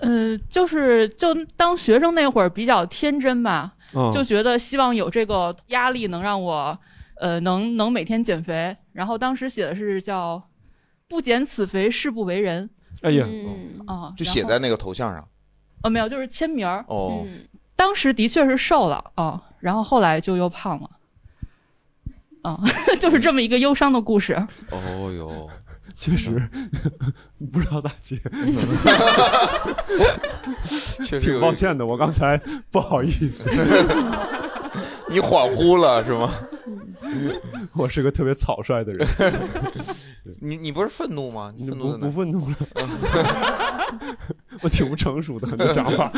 S12: 嗯，就是就当学生那会儿比较天真吧，
S3: 嗯
S12: 就觉得希望有这个压力能让我，呃，能能每天减肥。然后当时写的是叫“不减此肥，誓不为人
S3: 哎呀，”
S12: 啊，
S1: 哦就
S12: 然
S1: 写
S12: 后
S1: 在那个头像上。
S12: 呃没有，就是签名儿。嗯
S1: 哦，
S12: 当时的确是瘦了啊，然后后来就又胖了，啊， <laughs> 就是这么一个忧伤的故事。
S1: 哦哟，
S3: <laughs> 确实嗯 <laughs> 不知道咋接，
S1: <laughs> 确实
S3: 挺
S1: 有
S3: 抱歉的，我刚才不好意思，
S1: <laughs> <laughs> 你恍惚了是吗？
S3: <laughs> 我是个特别草率的人，
S1: <laughs> 你你不是愤怒吗？你愤怒
S3: 不
S1: 在哪
S3: 不愤怒了，
S1: <laughs>
S3: 我挺不成熟的，很多想法。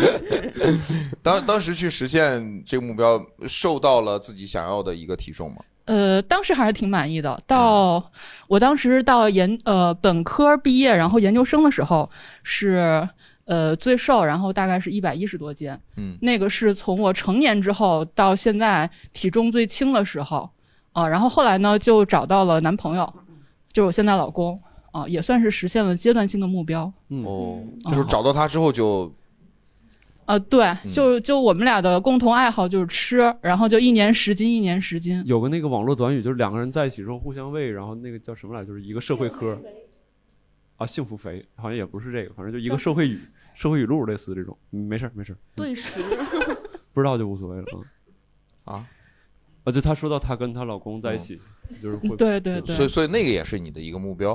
S1: 当当时去实现这个目标，受到了自己想要的一个体重吗？
S12: 呃，当时还是挺满意的。到
S1: 啊
S12: 我当时到研呃本科毕业，然后研究生的时候是呃最瘦，然后大概是一百一十多斤。
S1: 嗯，
S12: 那个是从我成年之后到现在体重最轻的时候啊、然后后来呢就找到了男朋友，就是我现在老公啊、也算是实现了阶段性的目标。
S3: 嗯
S1: 哦，
S12: 嗯
S1: 就是找到他之后就
S12: 呃，对，
S1: 嗯
S12: 就就我们俩的共同爱好就是吃，然后就一年十斤，一年十斤。
S3: <laughs> 有个那个网络短语，就是两个人在一起之后互相喂，然后那个叫什么来着，就是一个社会科。啊，幸福肥好像也不是这个，反正就一个社会语、社会语录类似这种。嗯没事儿没事儿，
S4: 顿时，
S3: 不知道就无所谓了。嗯，
S1: 啊，
S3: 啊，就她说到她跟她老公在一起，就是会
S12: 对对对
S1: 嗯所以所以那个也是你的一个目标，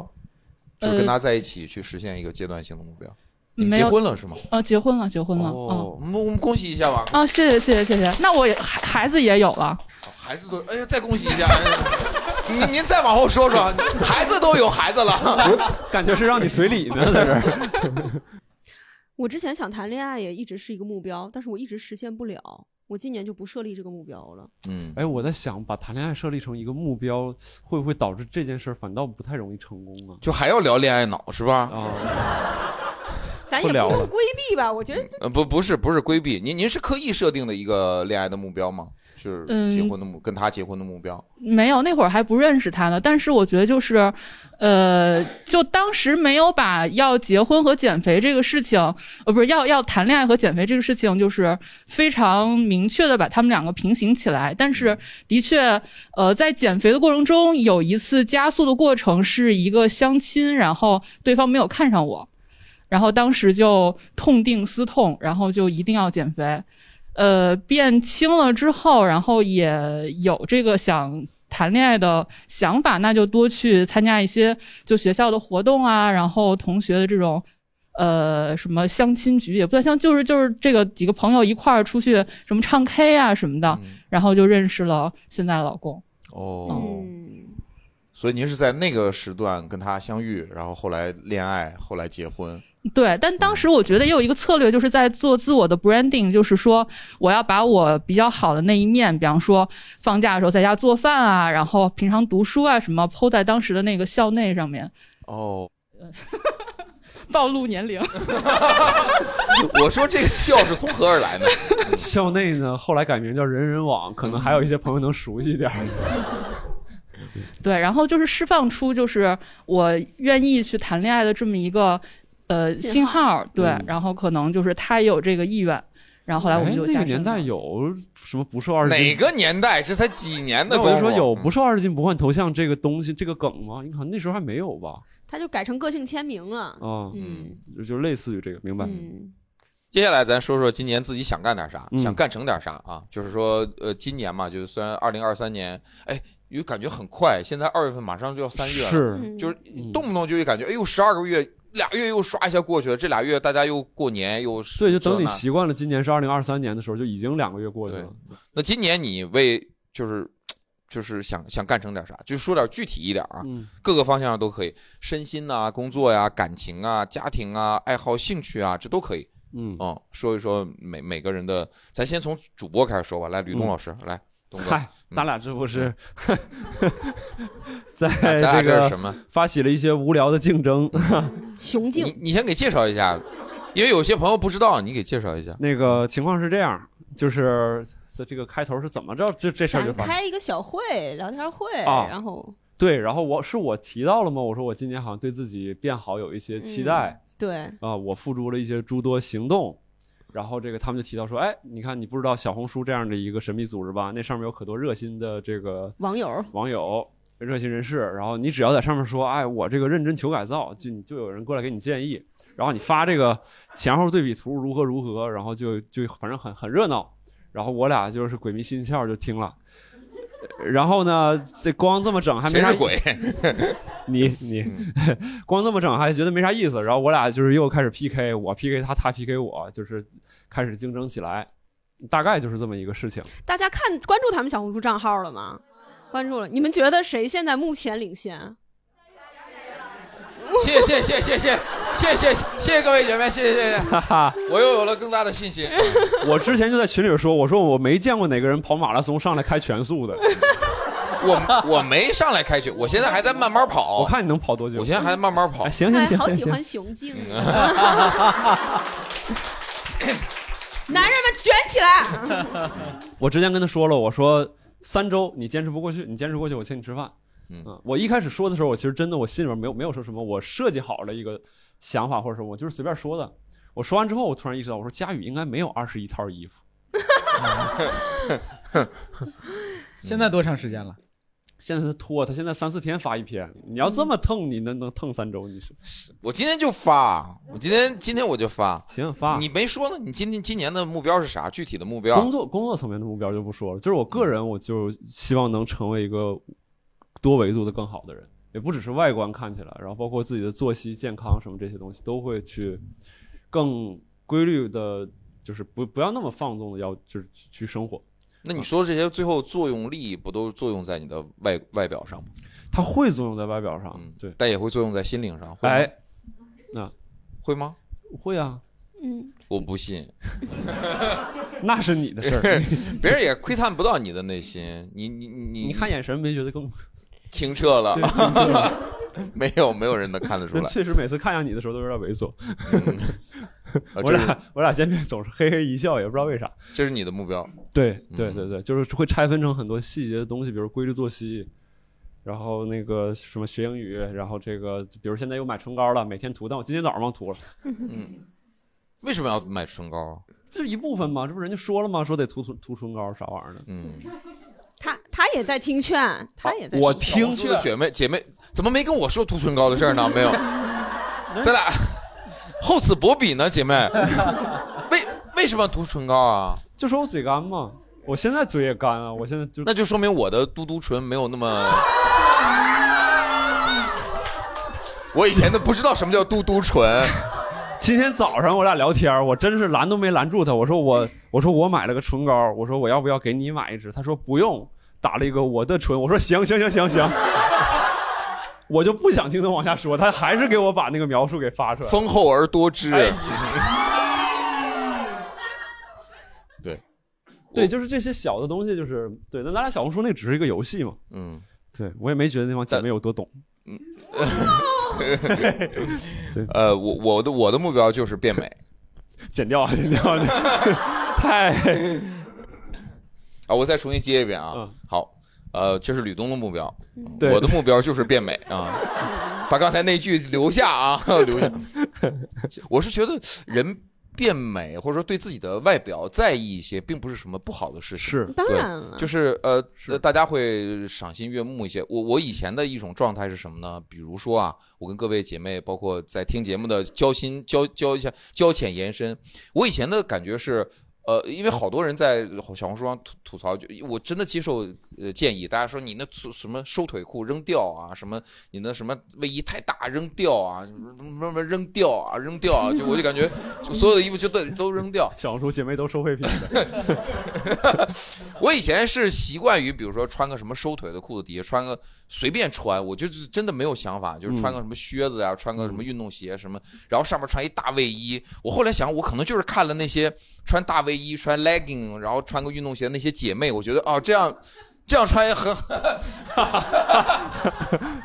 S1: 就是
S12: 呃
S1: 跟他在一起去实现一个阶段性的目标。你们
S12: 没
S1: 结
S12: 有
S1: 婚了是吗？
S12: 啊，结婚了，结婚了。嗯
S1: 哦，我们我们恭喜一下吧，
S12: 啊，谢谢谢谢谢谢。那我也孩孩子也有了，
S1: 孩子都，哎呀，再恭喜一下。哎呀您您再往后说说，孩子都有孩子了，
S3: 感觉是让你随礼呢，在这儿。
S4: 我之前想谈恋爱也一直是一个目标，但是我一直实现不了。我今年就不设立这个目标了。
S1: <laughs> 嗯，
S3: 哎，我在想，把谈恋爱设立成一个目标，会不会导致这件事儿反倒不太容易成功啊？
S1: 就还要聊恋爱脑是吧？
S3: 哦
S4: 咱
S1: 不
S4: 也不
S1: 聊
S4: 用
S1: 了
S4: 规避吧，我觉得这
S1: 呃，不，不是，不是规避，您您是刻意设定的一个恋爱的目标吗？是
S12: 嗯
S1: 结婚的目，跟他结婚的目标。
S12: 没有，那会儿还不认识他呢。但是我觉得就是，呃，就当时没有把要结婚和减肥这个事情，呃，不是要要谈恋爱和减肥这个事情，就是非常明确的把他们两个平行起来。但是的确，呃，在减肥的过程中，有一次加速的过程是一个相亲，然后对方没有看上我，然后当时就痛定思痛，然后就一定要减肥。呃，变轻了之后，然后也有这个想谈恋爱的想法，那就多去参加一些就学校的活动啊，然后同学的这种。呃，什么相亲局也不算相，就是就是这个几个朋友一块儿出去什么唱 K 啊什么的，然后就认识了现在的老公。
S1: 哦，所以您是在那个时段跟他相遇，然后后来恋爱，后来结婚。
S12: 对，但当时我觉得也有一个策略，就是在做自我的 branding，就是说我要把我比较好的那一面，比方说放假的时候在家做饭啊，然后平常读书啊什么，抛在当时的那个校内上面，
S1: 哦，
S12: 暴露年龄。
S1: 我说这个笑是从何而来呢？
S3: <laughs> 校内呢，后来改名叫人人网，可能还有一些朋友能熟悉点儿。
S12: <laughs>
S1: <laughs>
S12: 对，然后就是释放出就是我愿意去谈恋爱的这么一个呃
S3: 信号
S12: 信号，对，
S3: 嗯
S12: 然后可能就是他也有这个意愿，然后后来我们
S3: 哎
S12: 就
S3: 那
S12: 加
S3: 个
S12: 深
S3: 年
S12: 了
S3: 代有什么不受二十斤？
S1: 哪个年代？这才几年的
S3: 那
S1: 功夫啊
S3: 我就说有不受二十斤不换头像这个东西这个梗吗？你好像那时候还没有吧？
S4: 他就改成个性签名了。
S3: 啊，
S4: 嗯，
S3: 就类似于这个，明白？
S4: 嗯，
S1: 接下来咱说说今年自己想干点啥，
S3: 嗯
S1: 想干成点啥啊？就是说，呃，今年嘛，就是虽然二零二三年，哎，有感觉很快，现在二月份马上就要三月了，
S3: 是嗯
S1: 就是动不动就会感觉，哎呦，十二个月，俩月又刷一下过去了，这俩月大家又过年又
S3: 对，就等
S1: 这
S3: 你
S1: 那
S3: 习惯了，今年是二零二三年的时候，就已经两个月过去了。
S1: 那今年你为就是就是想想干成点啥，就说点具体一点啊，
S3: 嗯
S1: 各个方向都可以，身心呐、工作呀、感情啊、家庭啊、爱好、兴趣啊，这都可以。
S3: 嗯
S1: 嗯，说一说每每个人的，咱先从主播开始说吧。来，吕东
S3: 嗯
S1: 老师，来，东哥，嗯
S3: 嗨，咱俩这不是
S1: <laughs> 咱俩
S3: 在
S1: 这是
S3: 个
S1: 什么
S3: 发起了一些无聊的竞争？
S4: <laughs> 雄
S1: 你你先给介绍一下，因为有些朋友不知道，你给介绍一下。
S3: 那个情况是这样，就是这这个开头是怎么着？就这事儿就
S4: 咱
S3: 发
S4: 开一个小会，聊天会，嗯
S3: 啊
S4: 然后
S3: 对，然后我是我提到了吗？我说我今年好像对自己变好有一些期
S4: 嗯
S3: 待
S4: 对，
S3: 啊、我付诸了一些诸多行动。然后这个他们就提到说，哎，你看你不知道小红书这样的一个神秘组织吧？那上面有可多热心的这个
S4: 网友
S3: 网友、热心人士。然后你只要在上面说，哎，我这个认真求改造，就你就有人过来给你建议。然后你发这个前后对比图如何如何，然后就就反正很很热闹。然后我俩就是鬼迷心窍就听了。然后呢，这光这么整还没
S1: 谁
S3: 啥
S1: 是鬼？
S3: <laughs>
S1: 嗯
S3: 你你 <laughs> 光这么整还觉得没啥意思，然后我俩就是又开始 PK，我 PK 他，他 PK 我，就是开始竞争起来，大概就是这么一个事情。
S4: 大家看关注他们小红书账号了吗？关注了，你们觉得谁现在目前领先？
S1: 谢谢谢谢谢谢谢谢谢谢各位姐妹，谢谢谢谢，
S3: 哈哈，
S1: 我又有了更大的信心。
S3: 我之前就在群里说，我说我没见过哪个人跑马拉松上来开全速的，
S1: 我我没上来开学，我现在还在慢慢跑。
S3: 我看你能跑多久？
S1: 我现在还在慢慢跑。
S3: 哎行行
S4: 哎，
S3: 行，
S4: 好
S3: 行
S4: 喜欢
S3: 行
S4: 雄竞
S1: 嗯
S4: 啊！ <laughs> 男人们卷起来！ <laughs>
S3: 我之前跟他说了，我说三周你坚持不过去，你坚持过去，我请你吃饭。啊
S1: 嗯，
S3: 我一开始说的时候，我其实真的我心里面没有没有说什么，我设计好了一个想法或者什么，我就是随便说的。我说完之后，我突然意识到，我说佳宇应该没有二十一
S5: <laughs>
S3: 套 <laughs> 衣服。
S5: 现在多长时间了？
S3: 现在是拖，他现在三四天发一篇，你要这么
S5: 嗯
S3: 蹭，你能能蹭三周？你是
S1: 我今天就发，我今天今天我就发。
S3: 行发
S1: 你没说呢，你今天今年的目标是啥？具体的目标？
S3: 工作工作层面的目标就不说了，就是我个人，我就希望能成为一个多维度的更好的人，也不只是外观看起来，然后包括自己的作息、健康什么这些东西，都会去更规律的，就是不不要那么放纵的要就是去生活。
S1: 那你说这些最后作用力不都作用在你的外外表上吗？
S3: 它会作用在外表上，对，
S1: 但也会作用在心灵上。会吗
S3: 哎，那
S1: 会吗？
S3: 会啊，
S4: 嗯，
S1: 我不信，，
S3: <laughs> <laughs> 那是你的事儿
S1: <laughs> 别人也窥探不到你的内心。你你你，
S3: 你看眼神没觉得更
S1: <laughs> 清澈了
S3: 对清澈了？
S1: <laughs> 没有，没有人能看得出来。
S3: 确实，每次看向你的时候都有点猥琐。
S1: 啊
S3: <laughs> 我
S1: 这是
S3: 俩我俩见面总是嘿嘿一笑，也不知道为啥。
S1: 这是你的目标。嗯
S3: 对对对对，就是会拆分成很多细节的东西，比如规律作息，然后那个什么学英语，然后这个比如现在又买唇膏了，每天涂，但我今天早上忘
S1: <laughs>
S3: 涂了，
S1: 嗯，为什么要买唇膏？啊
S3: 这是一部分嘛？这不人家说了吗？说得涂涂涂唇膏啥玩意儿的？
S1: 嗯，
S4: 他他也在听
S3: 啊
S4: 劝，他也在说、
S1: 我听说的姐妹姐妹怎么没跟我说涂唇膏的事儿呢？没
S3: <laughs>
S1: 有，咱俩厚此薄彼呢，姐妹。为为什么涂唇膏啊？
S3: 就说我嘴干嘛，我现在嘴也干啊，我现在就
S1: 那就说明我的嘟嘟唇没有那么。 <laughs> 我以前都不知道什么叫嘟嘟唇。
S3: 今天早上我俩聊天，我真是拦都没拦住他。我说我，我说我买了个唇膏，我说我要不要给你买一支？他说不用，打了一个我的唇。我说行行行行行，我就不想听他往下说，他还是给我把那个描述给发出来。
S1: 丰厚而多汁啊
S3: 哎
S1: <laughs> 对，
S3: 对，就是这些小的东西，就是对。那咱俩小红书那只是一个游戏嘛，
S1: 嗯，
S3: 对我也没觉得那帮姐妹有多懂。
S1: <laughs> 呃，我我的我的目标就是变美，
S3: <laughs> 剪掉啊，剪掉啊， <laughs> 太
S1: 啊！我再重新接一遍啊。好，呃，这是吕东的目标，
S3: 嗯
S4: 嗯
S3: 对
S1: 我的目标就是变美啊，把刚才那句留下啊，留下。我是觉得人变美或者说对自己的外表在意一些，并不是什么不好的事情。
S3: 是
S1: 对
S4: 当然了
S1: 就是呃，呃大家会赏心悦目一些。我我以前的一种状态是什么呢？比如说啊，我跟各位姐妹，包括在听节目的交心交交一下交浅延伸，我以前的感觉是。呃，因为好多人在小红书上吐吐槽，就我真的接受呃建议，大家说你那什什么收腿裤扔掉啊，什么你那什么卫衣太大扔掉啊，什么什么扔掉啊，扔掉啊，就我就感觉就所有的衣服就都都扔掉。
S3: 小红书姐妹都收废品的。
S1: 我以前是习惯于，比如说穿个什么收腿的裤子，底下穿个随便穿，我就是真的没有想法，就是穿个什么靴子呀、穿个什么运动鞋什么，然后上面穿一大卫衣。我后来想，我可能就是看了那些穿大卫衣、穿 legging，然后穿个运动鞋的那些姐妹，我觉得哦，这样这样穿也很，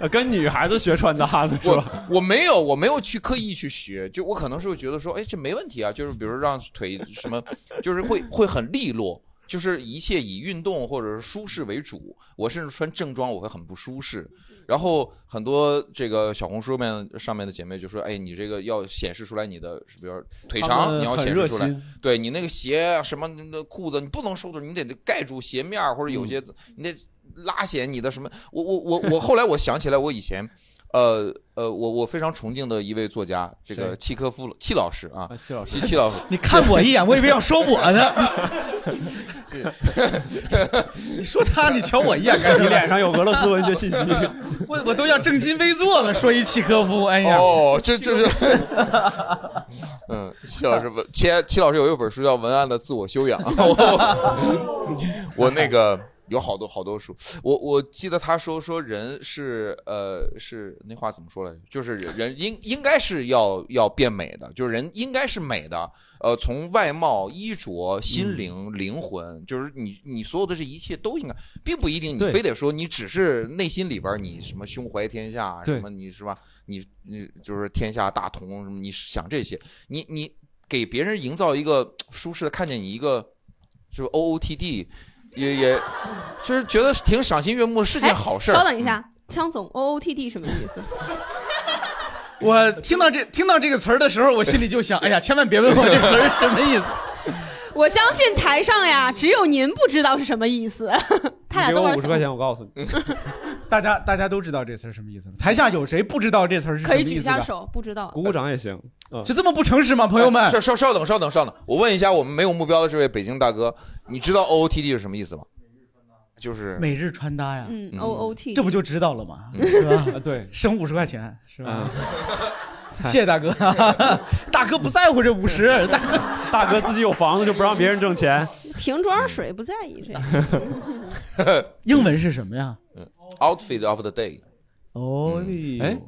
S3: 呃跟女孩子学穿搭呢，是吧？
S1: 我没有，我没有去刻意去学，就我可能是会觉得说，哎，这没问题啊，就是比如说让腿什么，就是会会很利落，就是一切以运动或者是舒适为主。我甚至穿正装我会很不舒适。然后很多这个小红书面上面的姐妹就说，哎，你这个要显示出来你的，比如说腿
S3: 她
S1: 长，
S3: 们
S1: 你要
S3: 很
S1: 显
S3: 热
S1: 示出来
S3: 心，
S1: 对你那个鞋啊什么那裤子，你不能收住，你得盖住鞋面儿或者
S3: 嗯
S1: 有些、你得 <laughs> 拉显你的什么。我我我我后来我想起来，我以前。呃呃，我我非常崇敬的一位作家，这个
S5: 谁
S1: 契科夫契老师啊，
S3: 契老
S1: 师，契老师，
S5: <laughs> 你看我一眼，我以为要说我
S1: <laughs>
S5: 呢。你说他，你瞧我一眼干什么？
S1: 你脸上有俄罗斯文学
S3: 信
S1: 息，
S5: <laughs> 我我都要正襟危坐了。说一契科夫，哎呀，
S1: 哦，这这是，嗯，戚老师文，戚戚老师有一本书叫《文案的自我修养》，我我那个有好多好多书，我我记得他说说人是呃是那话怎么说来着？就是人应应该是要要变美的，就是人应该是美的，呃，从外貌、衣着、
S3: 嗯
S1: 心灵、灵魂，就是你你所有的这一切都应该，并不一定你
S3: 对
S1: 非得说你只是内心里边儿你什么胸怀天下啊
S3: 对
S1: 什么。你是吧？你你就是天下大同什么？你想这些，你你给别人营造一个舒适的，看见你一个就是 O O T D，也也就是觉得挺赏心悦目，是件好事儿。
S4: 哎稍等一下，枪总 O O T D 什么意思？
S5: 我听到这听到这个词儿的时候，我心里就想，哎呀，千万别问我这词儿是什么意思。
S4: <laughs> 我相信台上呀，只有您不知道是什么
S1: <laughs>
S4: 意思。他
S3: 你
S4: 俩
S3: 给
S4: 都
S3: 我
S4: 玩
S3: 五十块钱，我告诉你。
S5: <laughs> 大家大家都知道这词儿什么意思吗？台下有谁不知道这词儿是什
S4: 可
S5: 么
S4: 以
S5: 意
S4: 举
S5: 思的？
S4: 下手，不知道。
S3: 鼓鼓掌也行。嗯
S5: 就这么不诚实吗，朋友们
S1: 哎稍？稍稍等，稍等，稍等，我问一下我们没有目标的这位北京大哥，你知道 OOTD 是什么意思吗？就是
S5: 每日穿搭呀，
S4: 嗯，OOT
S5: 这不就知道了吗？
S1: 嗯
S5: 是
S3: <laughs>
S5: 吧？
S3: 啊对，
S5: 省五十块钱是吧？
S3: 嗯
S5: <laughs> 谢谢大哥，大哥不在乎这五十，大哥
S3: 大哥自己有房子就不让别人挣
S1: <laughs>
S3: 钱。
S4: 瓶装水不在意这个。
S1: 嗯
S5: 英文是什么呀？
S1: Outfit of the day
S5: 哦
S3: 哎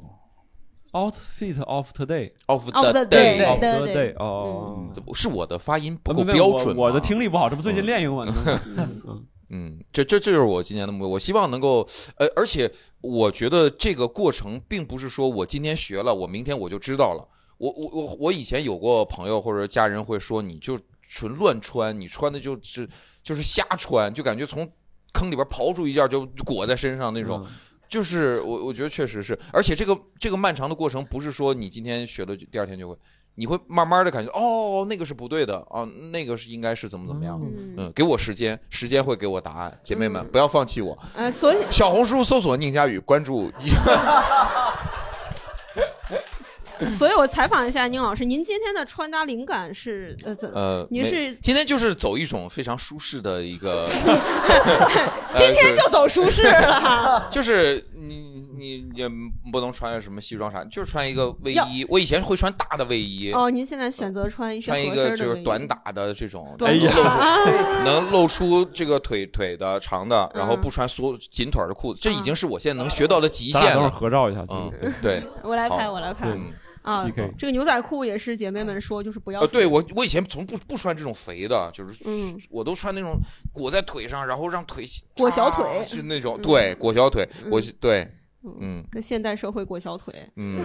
S3: ，outfit of today。
S1: of
S3: Of the
S1: the
S3: day，
S1: day
S3: of the day，哦，
S1: 这不是我的发音不
S3: 没
S1: 够
S3: 没
S1: 标准吗
S3: 我我的听力不好，这不最近练英文
S1: <laughs>
S3: 呢吗。
S1: 嗯，这这这就是我今年的目标。我希望能够，呃，而且我觉得这个过程并不是说我今天学了，我明天我就知道了。我我我我以前有过朋友或者家人会说，你就纯乱穿，你穿的就是就是瞎穿，就感觉从坑里边刨出一件就裹在身上那种。就是我我觉得确实是，而且这个这个漫长的过程不是说你今天学了就第二天就会。你会慢慢的感觉，哦，那个是不对的，哦，那个是应该是怎么怎么样，嗯，给我时间，时间会给我答案，姐妹们不要放弃我，
S4: 呃，所以
S1: <laughs> 小红书搜索宁佳宇，关注，
S4: 所以我采访一下宁老师，您今天的穿搭灵感是呃怎？
S1: 呃，
S4: 您
S1: 没
S4: 是
S1: 今天就是走一种非常舒适的一
S4: <laughs>
S1: 个，呃
S4: 今天就走舒适了
S1: <laughs> 就是你你也不能穿什么西装啥，就是穿一个卫
S4: 要
S1: 衣，我以前会穿大的卫衣，
S4: 哦，您现在选择穿一些
S1: 穿一
S4: 合
S1: 个
S4: 身的
S1: 就
S4: 卫
S1: 是
S4: 衣
S1: 短打的这种，
S4: 短哎呀 <laughs> 打
S1: 能露出这个腿腿的长的，然后
S4: 嗯
S1: 不穿缩紧腿儿的裤子，这已经是我现在能学到的极限
S3: 咱俩等会
S1: 了。
S3: 儿合照一下，
S1: 嗯，对，
S4: <laughs> 我来拍，
S1: 好
S4: 我来拍。
S1: 嗯
S4: 啊
S1: PK，
S4: 这个牛仔裤也是姐妹们说就是不要
S1: 呃，
S4: 穿。
S1: 对我我以前从不不穿这种肥的，就是
S4: 嗯
S1: 我都穿那种裹在腿上，然后让腿
S4: 裹小腿
S1: 啊是那种
S4: 嗯
S1: 对裹小腿，我
S4: 嗯
S1: 对，嗯
S4: 跟现代社会裹小腿。
S1: 嗯，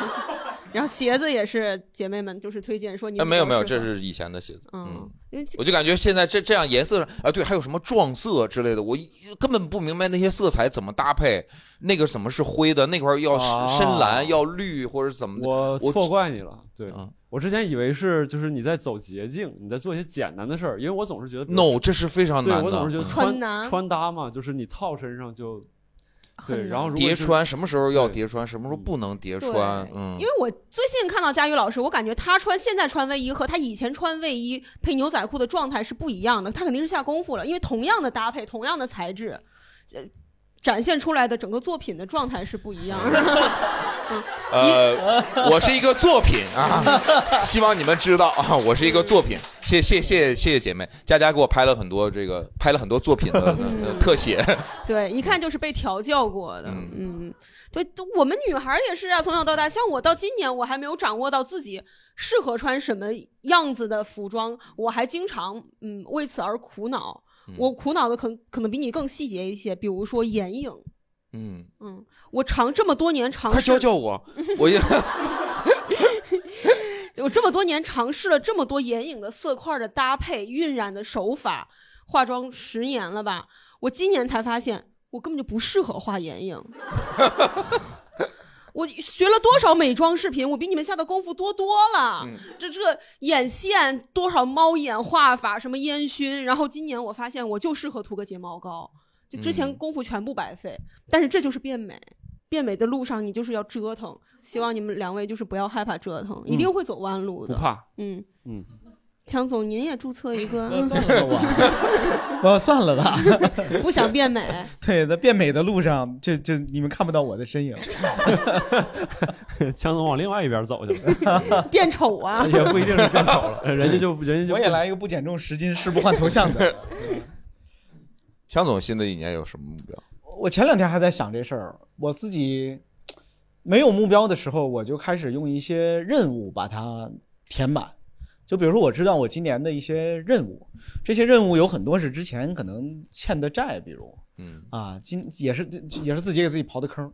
S4: <laughs> 然后鞋子也是姐妹们就是推荐说你
S1: 哎没有没有，这
S4: 是
S1: 是以前的鞋子，嗯。
S4: 因为这
S1: 我就感觉现在这这样颜色上啊，对，还有什么撞色之类的，我一根本不明白那些色彩怎么搭配，那个什么是灰的，那块儿要
S3: 啊
S1: 深蓝，要绿或者怎么的。嗯
S3: 我
S1: 我
S3: 错怪你了，对我之前以为是就是你在走捷径，你在做一些简单的事儿，因为我总是觉得
S1: no，这是非常
S3: 对
S1: 难的。
S3: 我
S1: 嗯
S3: 总是觉得
S4: 很难
S3: 穿穿搭嘛，就是你套身上就对，然后如果
S1: 叠
S3: 是 <laughs> 嗯
S1: 穿，什么时候要叠穿，什么时候不能叠
S4: 对
S1: 穿，嗯
S4: 因，为我最近看到佳宇老师，我感觉他穿现在穿卫衣和他以前穿卫衣配牛仔裤的状态是不一样的，他肯定是下功夫了，因为同样的搭配，同样的材质，呃，展现出来的整个作品的状态是不一样的。 <laughs>
S1: 呃，我是一个作品啊，
S5: <laughs>
S1: 希望你们知道 <laughs> 啊，我是一个作品。谢谢谢谢谢谢姐妹，佳佳给我拍了很多这个拍了很多作品的、呃特写。 <laughs>
S4: 对，一看就是被调教过的。嗯，对，都我们女孩儿也是啊，从小到大，像我到今年，我还没有掌握到自己适合穿什么样子的服装，我还经常嗯为此而苦恼。
S1: 嗯
S4: 我苦恼的可能可能比你更细节一些，比如说眼影，
S1: 嗯，
S4: 嗯，我尝这么多年尝试，
S1: 快教教
S4: <laughs>
S1: 我，我也。
S4: 我这么多年尝试了这么多眼影的色块的搭配、晕染的手法，化妆十年了吧？我今年才发现，我根本就不适合画眼影。我学了多少美妆视频，我比你们下的功夫多多了。
S3: 嗯
S4: 这这眼线多少猫眼画法，什么烟熏，然后今年我发现我就适合涂个睫毛膏，就之前
S13: 嗯
S4: 功夫全部白费。但是这就是变美，变美的路上你就是要折腾。希望你们两位就是不要害怕折腾，一定会走弯路
S3: 嗯
S4: 的。
S3: 不怕，
S4: 嗯，
S3: <laughs>
S5: <laughs>
S3: 嗯，
S4: 强总您也注册一个，
S3: 呃
S5: 我哦算了吧，
S4: <laughs> 不想变美。
S5: <laughs> 对，在变美的路上，就就你们看不到我的身
S3: <laughs>
S5: 影，
S3: 强总往另外一
S5: <laughs>
S3: 边走去了，
S4: 变丑啊
S3: 也不一定是变丑了， <laughs> 人家就人家就
S5: 我也来一个不减重十斤誓不换头像的。
S1: 强总新的一年有什么目标？
S5: 我前两天还在想这事儿，我自己没有目标的时候，我就开始用一些任务把它填满。就比如说，我知道我今年的一些任务，这些任务有很多是之前可能欠的债，比如
S1: 嗯
S5: 啊，今也是也是自己给自己刨的坑。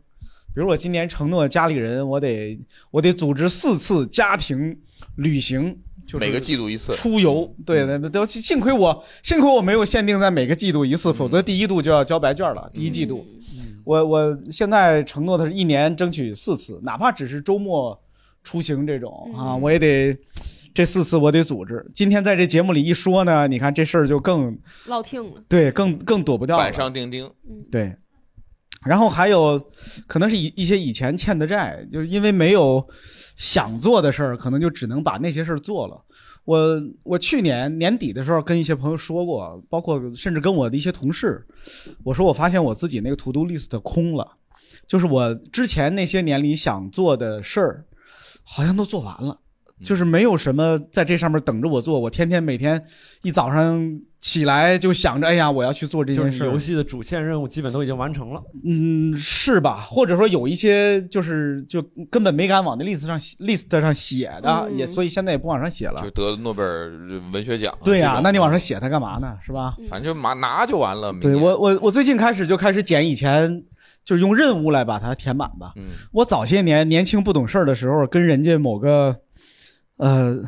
S5: 比如我今年承诺家里人，我得我得组织四次家庭旅行，就是
S1: 每个季度一次嗯
S5: 出游。对，那那都幸亏我幸亏我没有限定在每个季度一次，
S1: 嗯
S5: 否则第一度就要交白卷了。第一季度，嗯我我现在承诺的是一
S1: 嗯
S5: 年争取四次，哪怕只是周末出行这种啊，我也得这四次我得组织。今天在这节目里一说呢，你看这事儿就更
S4: <laughs> 落听了。
S5: 对，更更躲不掉了
S1: 板。上钉钉。
S5: 对，然后还有可能是以一些以前欠的债，就是因为没有想做的事儿，可能就只能把那些事儿做了。我我去年年底的时候跟一些朋友说过，包括甚至跟我的一些同事，我说我发现我自己那个 to do list 空了，就是我之前那些年里想做的事儿，好像都做完了。
S3: 嗯
S5: 就是没有什么在这上面等着我做，我天天每天一早上起来就想着，哎呀，我要去做这
S3: 就
S5: 件
S3: 是
S5: 事儿。
S3: 游戏的主线任务基本都已经完成了。
S5: 嗯，是吧？或者说有一些就是就根本没敢往那 list 上 list 上写的，
S1: 嗯
S5: 也所以现在也不往上写了
S1: 就。得诺贝尔文学奖。啊
S5: 对呀、
S1: 这种
S5: 那你往上写它干嘛呢？是吧？
S1: 反正就拿拿就完了。
S5: 对我我我最近开始就开始捡以前就是用任务来把它填满吧。
S1: 嗯，
S5: 我早些年年轻不懂事儿的时候，跟人家某个呃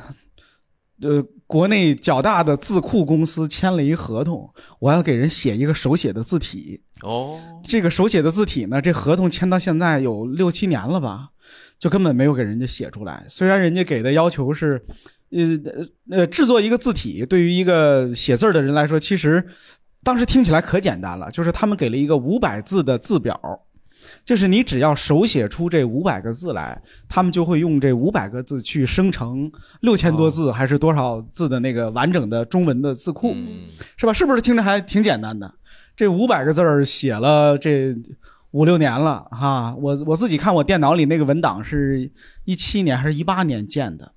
S5: 呃国内较大的字库公司签了一合同，我要给人写一个手写的字体。
S1: 哦，
S5: 这个手写的字体呢，这合同签到现在有六七年了吧，就根本没有给人家写出来。虽然人家给的要求是，呃呃，制作一个字体对于一个写字儿的人来说，其实当时听起来可简单了，就是他们给了一个五百字的字表。就是你只要手写出这五百个字来，他们就会用这五百个字去生成六千多字还是多少字的那个完整的中文的字库，是吧？是不是听着还挺简单的？这五百个字儿写了这五六年了哈，我我自己看我电脑里那个文档是一七年还是一八年建的，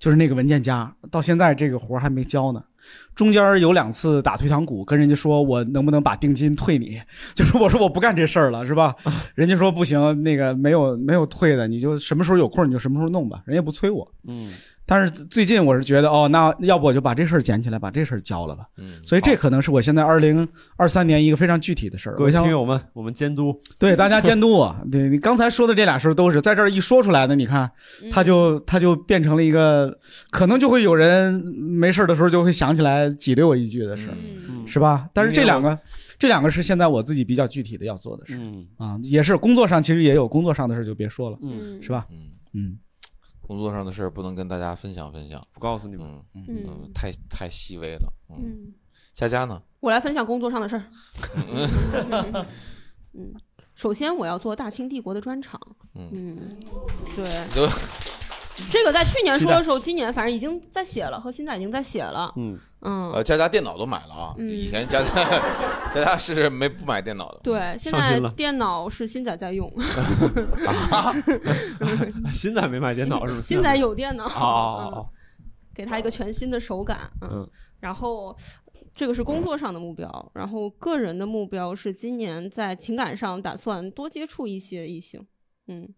S5: 就是那个文件夹，到现在这个活儿还没交呢。中间儿有两次打退堂鼓，跟人家说我能不能把定金退你， <laughs> 就是我说我不干这事儿了，是吧？
S3: 啊
S5: 人家说不行，那个没有没有退的，你就什么时候有空你就什么时候弄吧，人家不催我。
S3: 嗯，
S5: 但是最近我是觉得，哦，那要不我就把这事儿捡起来，把这事儿交了吧。 <laughs>
S1: 嗯，
S5: 所以这可能是我现在二零二三年一个非常具体的事儿。
S3: 各位
S5: 我想
S3: 听友们，我们监督，
S5: <laughs> 对大家监督我。对你刚才说的这俩事儿都是在这儿一说出来的，你看，他
S3: 嗯
S5: 就他就变成了一个，可能就会有人没事儿的时候就会想起来挤兑我一句的事儿，
S3: 嗯
S5: 是吧？但是这两个，这两个是现在我自己比较具体的要做的事儿
S3: 嗯
S5: 啊，也是工作上其实也有工作上的事儿就别说了，
S3: 嗯
S5: 是吧？嗯，
S1: 工作上的事儿不能跟大家分享分享，
S3: 不告诉你们。
S1: 嗯
S4: 嗯
S1: 嗯，太太细微了。
S4: 嗯，
S1: 佳佳呢？
S4: 我来分享工作上的事儿。
S1: 嗯
S4: 嗯，首先我要做大清帝国的专场。
S1: 嗯
S4: 对，
S1: 就
S4: 这个在去年
S1: 期
S4: 说
S1: 待
S4: 的时候，今年反正已经在写了，和现在已经在写了。
S3: 嗯
S4: 嗯，
S1: 呃，佳佳电脑都买了啊。
S4: 嗯
S1: 以前佳佳佳佳是没不买电脑的。
S4: 对，现在电脑是新仔在用，
S3: <laughs>
S1: 啊
S3: 新仔没买电脑是不是？
S4: 新仔有电脑嗯
S3: 哦
S4: <laughs> 给他一个全新的手感。
S3: 哦哦，嗯，
S4: 然后这个是工作上的目标，然后个人的目标是今年在情感上打算多接触一些异性。嗯，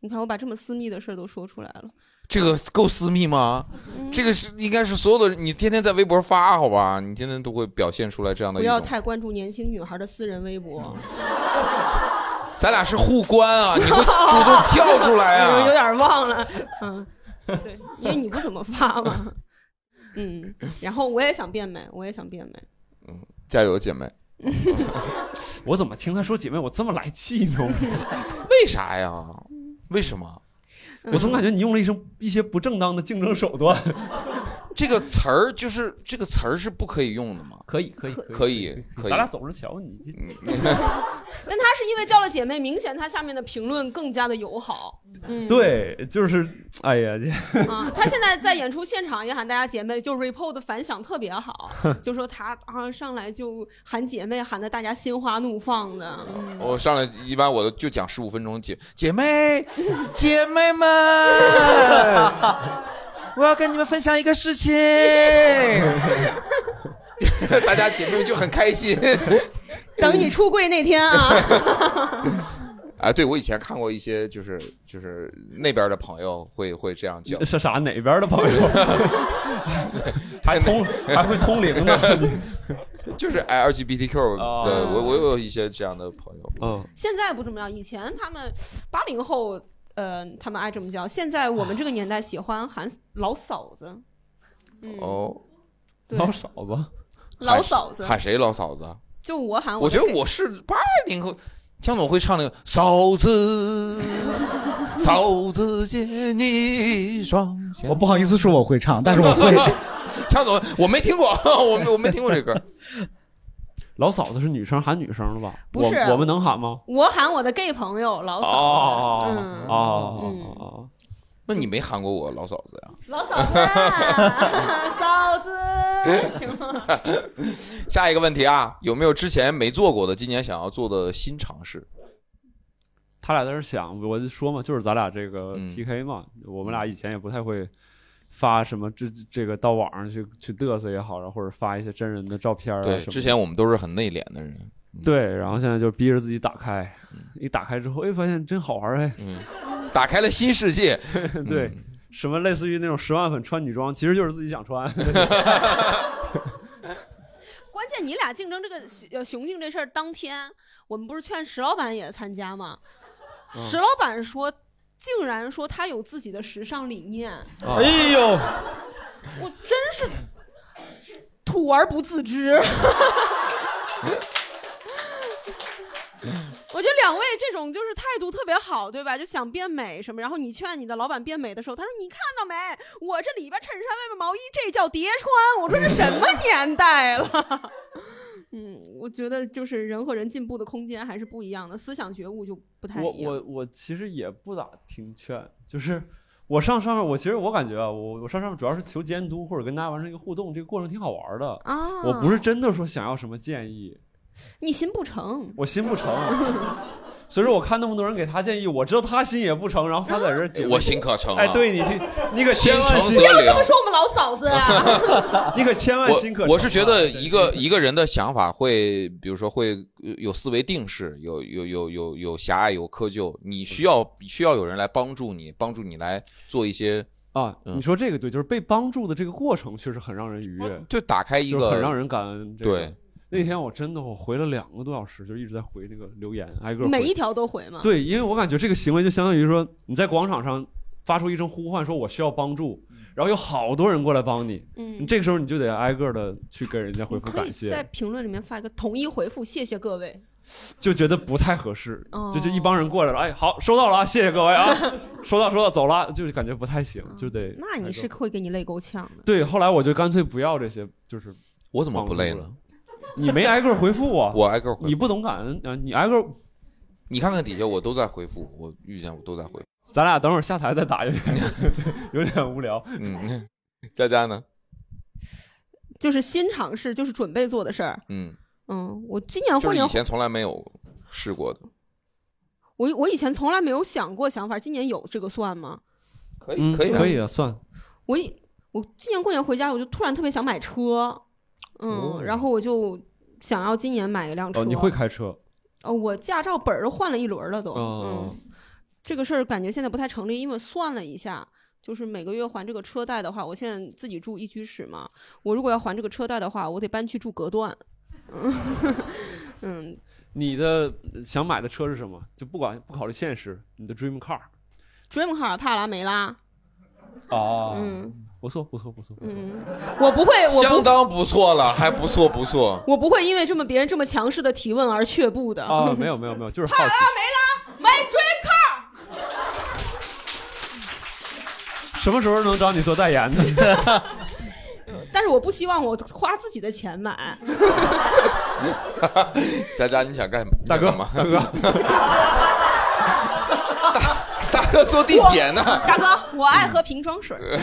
S4: 你看我把这么私密的事儿都说出来了。
S1: 这个够私密吗？
S4: 嗯
S1: 这个是应该是所有的，你天天在微博发，好吧？你天天都会表现出来这样的
S4: 不
S1: 一
S4: 要
S1: 种。嗯
S4: 太关注年轻女孩的私人微博， <laughs>
S1: 咱俩是互关啊，你会主动跳出来
S4: <laughs>
S1: 啊？
S4: 有点忘了，嗯，对，因为你不怎么发嘛，嗯，然后我也想变美，我也想变美，
S1: 加油，姐妹！
S3: 我怎么听他说姐妹，我这么来气呢？
S4: <laughs>
S1: <laughs> 为啥呀？为什么？
S3: 我总感觉你用了一声一些不正当的竞争手段。 <laughs>
S1: 这个词儿就是这个词儿是不可以用的吗？
S3: 可以，可以，
S1: 可以，可以。嗯
S3: 咱俩走着瞧，你这
S1: <laughs>
S4: 但她是因为交了姐妹，明显她下面的评论更加的友好，嗯，
S3: 对，就是，哎呀，
S1: <laughs>
S3: 这
S4: 啊，她现在在演出现场也喊大家姐妹，就 report 的反响特别
S1: <laughs>
S4: 好，就说她啊上来就喊姐妹，喊得大家心花怒放的，嗯
S1: 我上来一般我都就讲十五分钟，姐姐妹，姐妹们，我要跟你们分享一个事情， <laughs> 大家姐妹们就很开心。
S4: 等你出柜那天啊，
S1: <laughs> 啊，对我以前看过一些，就是就是那边的朋友会会这样叫，
S3: 是啥哪边的朋友？ <laughs> 还通还会通灵呢？
S1: <laughs>
S3: 哦
S1: 就是哎 LGBTQ 的，我我有一些这样的朋友。
S3: 嗯，
S4: 现在不怎么样，以前他们呃八零后，呃，他们爱这么叫。现在我们这个年代喜欢喊老嫂子，嗯，
S1: 哦，
S4: 对
S3: 老嫂子，
S4: 老嫂子
S1: 喊谁老嫂子？
S4: 就我喊
S1: 我觉
S4: 就
S1: 得
S4: 给 <laughs>
S1: 我是八零后，江总会唱那个嫂子，草字借你双
S3: 嗯
S1: 弦。
S5: 我不好意思说我会唱， <laughs> 但是我
S3: <laughs>
S5: 会。
S1: <laughs> 强总，我没听过，哦我没我没听过这歌。
S3: 老嫂子是女生喊女生了吧？
S4: 不是
S3: 我，我们能喊吗？
S4: 我喊我的 gay 朋友老
S3: 哦
S4: 嫂
S3: 哦
S4: 子，
S3: 哦
S4: 嗯，
S3: 哦哦，
S1: 嗯那你没喊过我老嫂子呀？
S4: 老嫂子啊，
S1: <laughs>
S4: 嫂子， <laughs> 行吗？
S1: 下一个问题啊，有没有之前没做过的，今年想要做的新尝试？
S3: 他俩在这儿想，我就说嘛，就是咱俩这个
S1: 嗯
S3: PK 嘛，我们俩以前也不太会发什么这这个到网上去去嘚瑟也好，然后或者发一些真人的照片啊什么
S1: 对，
S3: 的。
S1: 之前我们都是很内敛的人。
S3: 对，然后现在就逼着自己打开，一打开之后，哎，发现真好玩哎，
S1: 嗯打开了新世界。
S3: <laughs>
S1: 嗯
S3: 对，什么类似于那种十万粉穿女装，其实就是自己想穿。
S4: 关键你俩竞争这个呃雄竞这事儿，当天我们不是劝石老板也参加吗？
S3: 嗯
S4: 石老板说，竟然说他有自己的时尚理念，
S5: 哎呦，
S4: 我真是土而不自知。我觉得两位这种就是态度特别好，对吧？就想变美什么，然后你劝你的老板变美的时候，他说：“你看到没，我这里边衬衫外面毛衣，这叫叠穿。”我说：“这什么年代了？” <laughs> 嗯，我觉得就是人和人进步的空间还是不一样的，思想觉悟就不太
S3: 我
S4: 一样。
S3: 我我其实也不咋听劝，就是我上上面，我其实我感觉啊，我我上上面主要是求监督或者跟大家完成一个互动，这个过程挺好玩的。
S4: 啊
S3: 我不是真的说想要什么建议，
S4: 你心不诚，
S3: 我心不诚。所以说，我看那么多人给他建议，我知道他心也不诚，然后他在这儿解
S1: 我心可诚啊
S3: 哎，对你听，你可千万
S1: 心诚
S3: 心
S1: 则灵不要这么
S4: 说我们老嫂子
S1: <laughs>
S3: <laughs>
S4: 啊，
S3: 你可千万
S1: 我
S3: 心可诚啊。
S1: 我是觉得一
S3: <laughs>
S1: 个一个人的想法会，比如说会呃有思维定式，有有有有有狭隘，有窠臼。你需要需要有人来帮助你，帮助你来做一些
S3: 啊。
S1: 嗯
S3: 你说这个对，就是被帮助的这个过程确实很让人愉悦，
S1: 嗯就打开一
S3: 就
S1: 个，
S3: 是很让人感恩。这个
S1: 对，
S3: 那天我真的我回了两个多小时，就一直在回那个留言，挨
S1: 啊
S3: 个回
S4: 每一条都回吗？
S3: 对，因为我感觉这个行为就相当于说你在广场上发出一声呼唤，说我需要帮助，
S1: 嗯
S3: 然后有好多人过来帮你，
S4: 嗯
S3: 你这个时候你就得挨个的去跟人家回
S4: 你
S3: 复
S4: 可
S3: 感
S4: 以在
S3: 谢，
S4: 评论里面发一个统一回复，谢谢各位。
S3: 就觉得不太合适，
S4: 哦
S3: 就就一帮人过来了，哎，好，收到了啊，谢谢各位
S4: <laughs>
S3: 啊，收到收到，走了，就是感觉不太行，就得
S4: 哦那你是会给你累够呛的。
S3: 对，后来我就干脆不要这些，就是
S1: 我怎么不累呢？
S3: 你没挨个回复我，
S1: <laughs> 我挨个回复
S3: 你不懂感恩啊，你挨个，
S1: 你看看底下我都在回复，我遇见我都在回复。
S3: 咱俩等会儿下台再打，有点 <laughs> 有点无聊。
S1: 嗯， <laughs> 佳佳呢？
S4: 就是新尝试，就是准备做的事儿。
S1: 嗯，
S4: 嗯，我今年
S1: 就
S4: 过
S1: 是
S4: 年
S1: 以，前从来没有试过的。 <laughs>
S4: 我我以前从来没有想过想法，今年有这个算吗？
S1: 可
S3: 嗯
S1: 以，可以，
S3: 可以啊，算。
S4: 我以我今年过年回家，我就突然特别想买车，嗯，
S3: 哦
S4: 然后我就想要今年买一辆车。
S3: 哦，你会？开车？
S4: 呃，我驾照本儿都换了一轮儿了都。
S3: 哦
S4: 嗯，这个事儿感觉现在不太成立，因为算了一下，就是每个月还这个车贷的话，我现在自己住一居室嘛，我如果要还这个车贷的话，我得搬去住隔断。 <laughs> 嗯嗯，
S3: 你的呃想买的车是什么？就不管不考虑现实，你的 dream car。
S4: dream car 帕拉梅拉，
S3: 哦
S4: 嗯，
S3: 不错，不错，不错，不错。
S4: 嗯，我不会，我
S1: 相
S4: 不，
S1: 当不错了，还不错不错。
S4: 我不会因为这么别人这么强势的提问而却步的。
S3: 啊，没有，没有，没有，就是好
S4: 帕拉
S3: 奇。
S4: 梅拉买 dream car，
S3: 什么时候能找你做代言呢？
S4: <laughs> 但是我不希望我花自己的钱买。 <laughs>
S1: 佳佳，你想干嘛？大
S3: 哥，
S1: 大哥， <laughs> 大哥坐地铁呢。
S4: 大哥，我爱喝瓶装水。
S3: <laughs>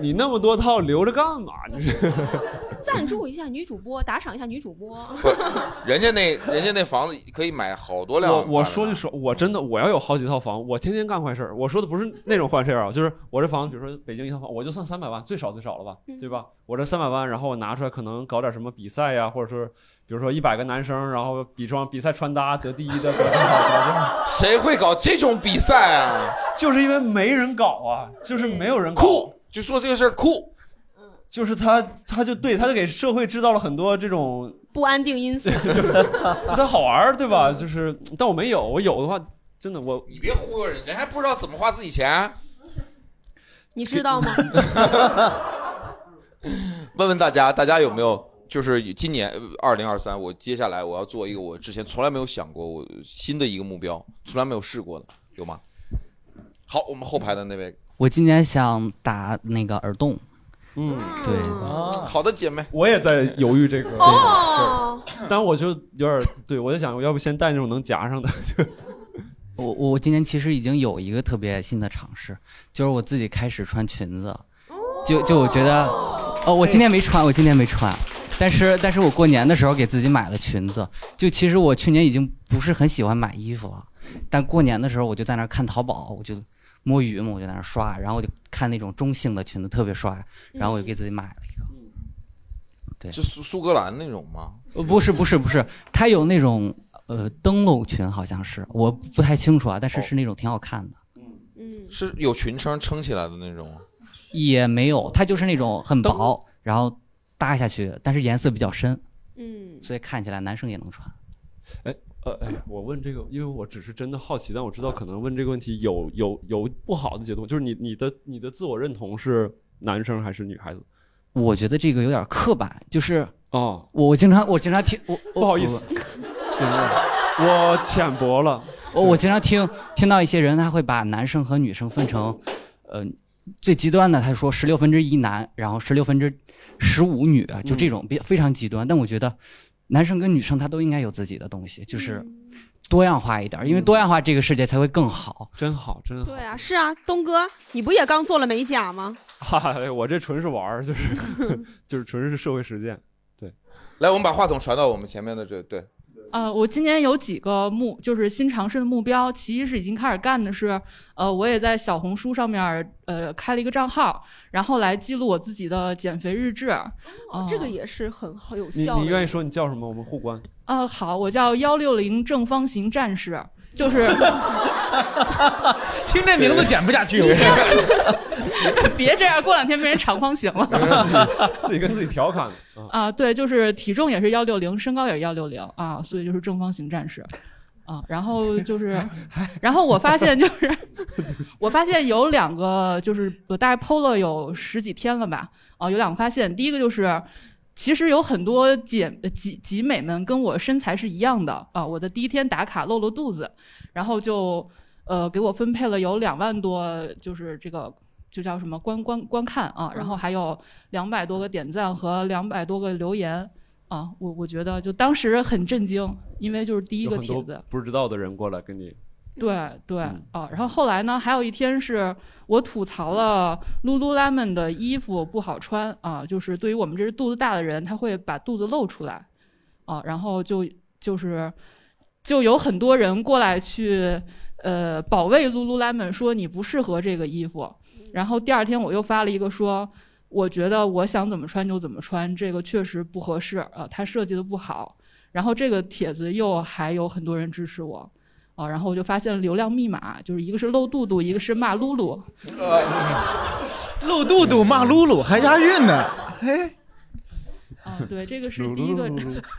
S3: 你那么多套留着干嘛？你是
S4: 赞助一下女主播，打赏一下女主播。 <laughs>
S1: 不，人家那人家那房子可以买好多辆。
S3: 我我说句实话，我真的我要有好几套房，我天天干坏事儿。我说的不是那种坏事儿啊，就是我这房子，比如说北京一套房，我就算三百万，最少最少了吧，对吧？我这三百万，然后我拿出来可能搞点什么比赛呀、或者说比如说一百个男生，然后比装比赛穿搭得第一
S1: <laughs>
S3: 的，
S1: 谁会搞这种比赛啊？
S3: <laughs> 就是因为没人搞啊，就是没有人
S1: 酷，就做这个事儿酷。
S3: 就是他，他就对，他就给社会制造了很多这种，
S4: 不安定因
S3: <laughs>
S4: 素。
S3: 就他好玩儿，对吧？就是，但我没有，我有的话，真的我
S1: 你别忽悠人，人还不知道怎么花自己钱。
S4: 你知道吗？
S1: 问问大家，大家有没有就是今年二零二三，我接下来我要做一个我之前从来没有想过我新的一个目标，从来没有试过的，有吗？好，我们后排的那位，
S7: 我今年想打那个耳洞，
S3: 嗯，
S7: 对，
S1: 好的姐妹，
S3: 我也在犹豫这个
S1: 哦
S3: 事儿，但我就有点儿对我就想，我要不先戴那种能夹上的，就
S7: <laughs> 我我我今年其实已经有一个特别新的尝试，就是我自己开始穿裙子，就就我觉得，哦，我今天没穿，我今天没穿，但是但是我过年的时候给自己买了裙子，就其实我去年已经不是很喜欢买衣服了，但过年的时候我就在那儿看淘宝，我就摸鱼嘛，我就在那儿刷，然后我就看那种中性的裙子特别帅，然后我就给自己买了一个，对，
S1: 是苏苏格兰那种吗？
S7: 呃，不是不是不是，它有那种呃灯笼裙，好像是，我不太清楚啊，但是是那种挺好看的，
S1: 是有裙撑撑起来的那种吗？
S7: 也没有，它就是那种很薄，然后搭下去，但是颜色比较深，
S4: 嗯，
S7: 所以看起来男生也能穿。
S3: 哎呃哎呀，我问这个，因为我只是真的好奇，但我知道可能问这个问题有有有不好的解读，就是你你的你的自我认同是男生还是女孩子？
S7: 我觉得这个有点刻板，就是
S3: 哦，
S7: 我我经常我经常听我
S3: 不好意思，
S7: 对对，
S3: 我浅薄了，
S7: 我我经常听听到一些人他会把男生和女生分成，呃。最极端的，他说十六分之一男，然后十六分之十五女啊，就这
S3: 嗯
S7: 种比非常极端。但我觉得，男生跟女生他都应该有自己的东西，就是多样化一点儿，因为多样化这个世界才会更好。
S3: 嗯真好，真好。
S4: 对啊，是啊，东哥，你不也刚做了美甲吗？
S3: 哈哈，哎我这纯是玩儿，就是 <laughs> 就是纯是社会实践。对，
S1: 来，我们把话筒传到我们前面的这对，
S12: 呃，我今年有几个目，就是新尝试的目标。其一是已经开始干的是，呃，我也在小红书上面儿呃开了一个账号，然后来记录我自己的减肥日志。哦
S4: 这个也是很好有
S3: 你
S4: 效
S3: 你
S4: 的。
S3: 愿意说你叫什么？我们互关。
S12: 呃，好，我叫幺六零正方形战士，就是
S5: <laughs> 听这名字减不下去。我
S12: <laughs> 别这样，过两天变成长方形了。
S3: <laughs>
S5: <laughs>
S3: 自己跟自己调侃的啊。
S12: 啊，对，就是体重也是幺六零，身高也是幺六零啊，所以就是正方形战士啊。然后就是，然后我发
S3: <laughs>
S12: 现就是，我发现有两个，就是我大概 PO 了有十几天了吧，啊，有两个发现，第一个就是。其实有很多姐呃姐姐妹们跟我身材是一样的啊，我的第一天打卡露了肚子，然后就呃给我分配了有两万多，就是这个就叫什么观观观看啊，然后还有两百多个点赞和两百多个留言啊，我我觉得就当时很震惊，因为就是第一个
S3: 有很多
S12: 帖子，
S3: 不知道的人过来跟你，
S12: 对对啊，然后后来呢，还有一天是我吐槽了 Lululemon 的衣服不好穿啊，就是对于我们这些肚子大的人，他会把肚子露出来啊，然后就就是就有很多人过来去呃保卫 Lululemon，说你不适合这个衣服。然后第二天我又发了一个说，我觉得我想怎么穿就怎么穿，这个确实不合适啊，它设计的不好。然后这个帖子又还有很多人支持我。啊，然后我就发现流量密码，就是一个是露肚肚，一个是骂露露。
S5: 露肚肚骂露露还押韵呢，嘿，
S12: 啊，对，这个是第一个。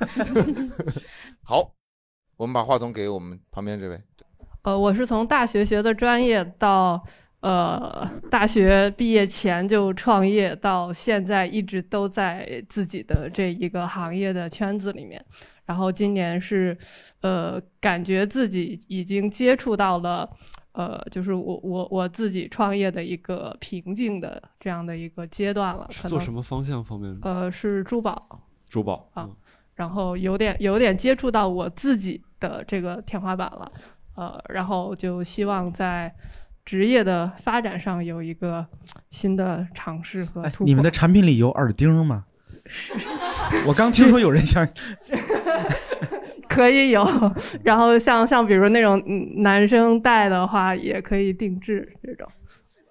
S12: <laughs>
S1: <laughs> 好，我们把话筒给我们旁边这位，
S13: 呃，我是从大学学的专业到呃大学毕业前就创业，到现在一直都在自己的这一个行业的圈子里面。然后今年是呃，感觉自己已经接触到了呃，就是我我我自己创业的一个瓶颈的这样的一个阶段了。
S3: 是
S13: 可
S3: 做
S13: 能
S3: 什么方向方面？
S13: 呃，是珠宝。
S3: 珠宝啊，
S5: 嗯
S13: 然后有点有点接触到我自己的这个天花板了，呃，然后就希望在职业的发展上有一个新的尝试和突破。
S5: 哎你们的产品里有耳钉 <laughs> 吗？我刚听说有人想，
S13: <laughs> 可以有，然后像像比如那种嗯男生戴的话，也可以定制这种。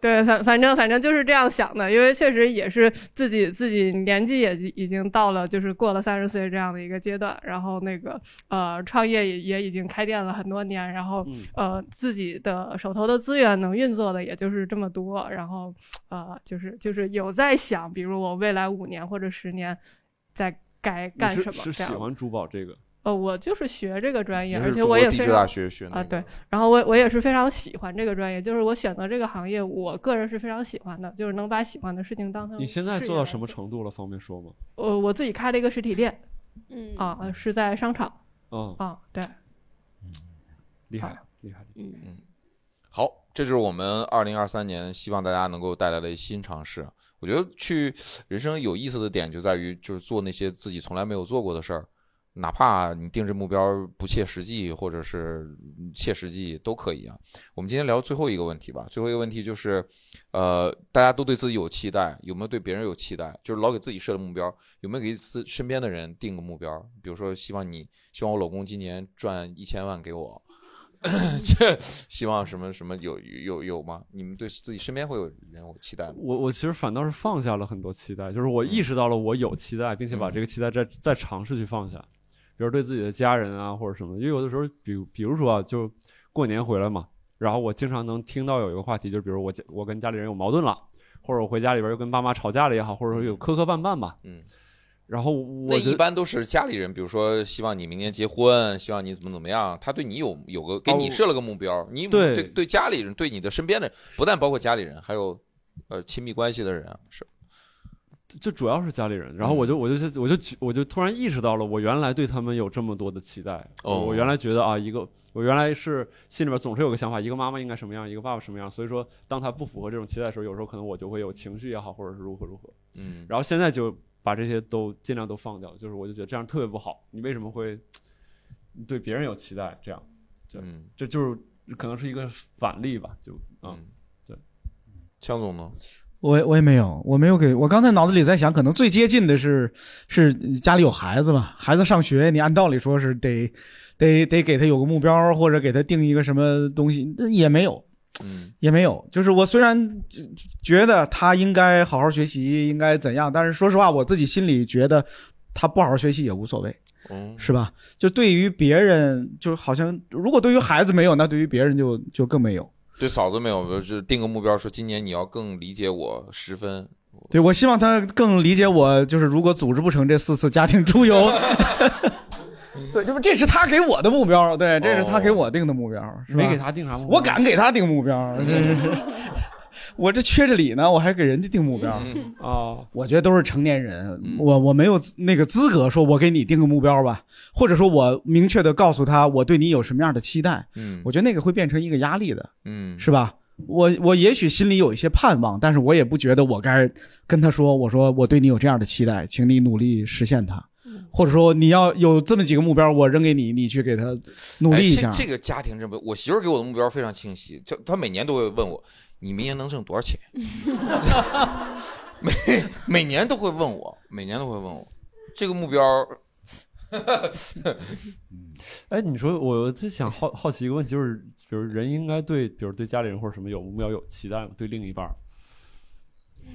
S13: 对，反反正反正就是这样想的，因为确实也是自己自己年纪也已经到了，就是过了三十岁这样的一个阶段，然后那个呃创业也也已经开店了很多年，然后
S3: 嗯
S13: 呃自己的手头的资源能运作的也就是这么多，然后呃就是就是有在想，比如我未来五年或者十年在该干
S3: 你
S13: 什么
S3: 是是
S13: 这
S3: 喜
S13: 样。
S3: 欢珠宝这个？
S13: 呃，我就是学这个专业，
S1: 您
S13: 而
S1: 是
S13: 且
S1: 中
S13: 我
S1: 国
S13: 也
S1: 地
S13: 非
S1: 质
S13: 常
S1: 大学学那
S13: 啊，
S1: 个
S13: 对，然后我我也是非常喜欢这个专业，就是我选择这个行业，我个人是非常喜欢的，就是能把喜欢的事情当成
S3: 你现在
S13: 事
S3: 做
S13: 业
S3: 到
S13: 嗯来
S3: 什么程度了？方便说吗？
S13: 呃，我自己开了一个实体店，
S4: 嗯
S13: 啊，呃是在商场，
S3: 嗯
S13: 啊，对，
S3: 厉害，厉害，
S13: 嗯
S1: 嗯，好，这就是我们二零二三年希望大家能够带来的新尝试。我觉得去人生有意思的点就在于，就是做那些自己从来没有做过的事儿，哪怕你定制目标不切实际，或者是切实际都可以啊。我们今天聊最后一个问题吧，最后一个问题就是，呃，大家都对自己有期待，有没有对别人有期待？就是老给自己设的目标，有没有给自身边的人定个目标？比如说，希望你，希望我老公今年赚一千万给我。 <coughs> 这希望什么什么有有有吗？你们对自己身边会有人有期待吗？
S3: 我我其实反倒是放下了很多期待，就是我意识到了我有期待，并且把这个期待再再尝试去放下，比如对自己的家人啊或者什么的，因为有的时候，比如比如说啊，就过年回来嘛，然后我经常能听到有一个话题，就是比如我家我跟家里人有矛盾了，或者我回家里边又跟爸妈吵架了也好，或者说有磕磕绊绊吧，
S1: 嗯，
S3: 然后我
S1: 那
S3: 觉
S1: 一
S3: 得
S1: 般都是家里人，比如说希望你明年结婚，希望你怎么怎么样，他对你有有个给你
S3: 哦
S1: 设了个目标，你
S3: 对
S1: 对家里人，对你的身边的，不但包括家里人，还有呃亲密关系的人啊是。
S3: 就主要是家里人，然后我
S1: 嗯
S3: 就我就我就举我就突然意识到了，我原来对他们有这么多的期待。
S1: 哦
S3: 我原来觉得啊，一个我原来是心里边总是有个想法，一个妈妈应该什么样，一个爸爸什么样。所以说，当他不符合这种期待的时候，有时候可能我就会有情绪也好，或者是如何如何。
S1: 嗯
S3: 然后现在就把这些都尽量都放掉，就是我就觉得这样特别不好。你为什么会对别人有期待？这样，对，
S1: 嗯、
S3: 这就是可能是一个反例吧，就嗯，对。
S1: 强总呢？
S5: <laughs> 我我也没有，我没有给我刚才脑子里在想，可能最接近的是是家里有孩子吧，孩子上学，你按道理说是得得得给他有个目标，或者给他定一个什么东西，但也没有，
S1: 嗯，
S5: 也没有。就是我虽然觉得他应该好好学习，应该怎样，但是说实话，我自己心里觉得他不好好学习也无所谓。
S1: 嗯，
S5: 是吧？就对于别人，就好像如果对于孩子没有，那对于别人就就更没有。
S1: 对嫂子没有，就是定个目标，说今年你要更理解我十分。
S5: 对，我希望他更理解我，就是如果组织不成这四次家庭出游， <laughs> 对，这不这是他给我的目标，对，这是他给我定的目标，是吧
S3: 哦没给他定啥目标
S5: 我敢给他定目标，这
S3: <laughs>
S5: 是我这缺着理呢，我还给人家定目标。
S3: 哦，嗯
S5: 我觉得都是成年人，我我没有资那个资格说，我给你定个目标吧，或者说我明确的告诉他我对你有什么样的期待，
S1: 嗯
S5: 我觉得那个会变成一个压力的，
S1: 嗯，
S5: 是吧？我我也许心里有一些盼望，但是我也不觉得我该跟他说，我说我对你有这样的期待，请你努力实现它，或者说你要有这么几个目标，我扔给你，你去给他努力一下。
S1: 哎、这这个家庭这不，我媳妇儿给我的目标非常清晰，就她每年都会问我，你明年能挣多少钱？每每年都会问我，每年都会问我这个目标。
S3: 哎，你说我我在想好好奇一个问题，就是比如人应该对，比如对家里人或者什么有目标有期待吗？对另一半儿，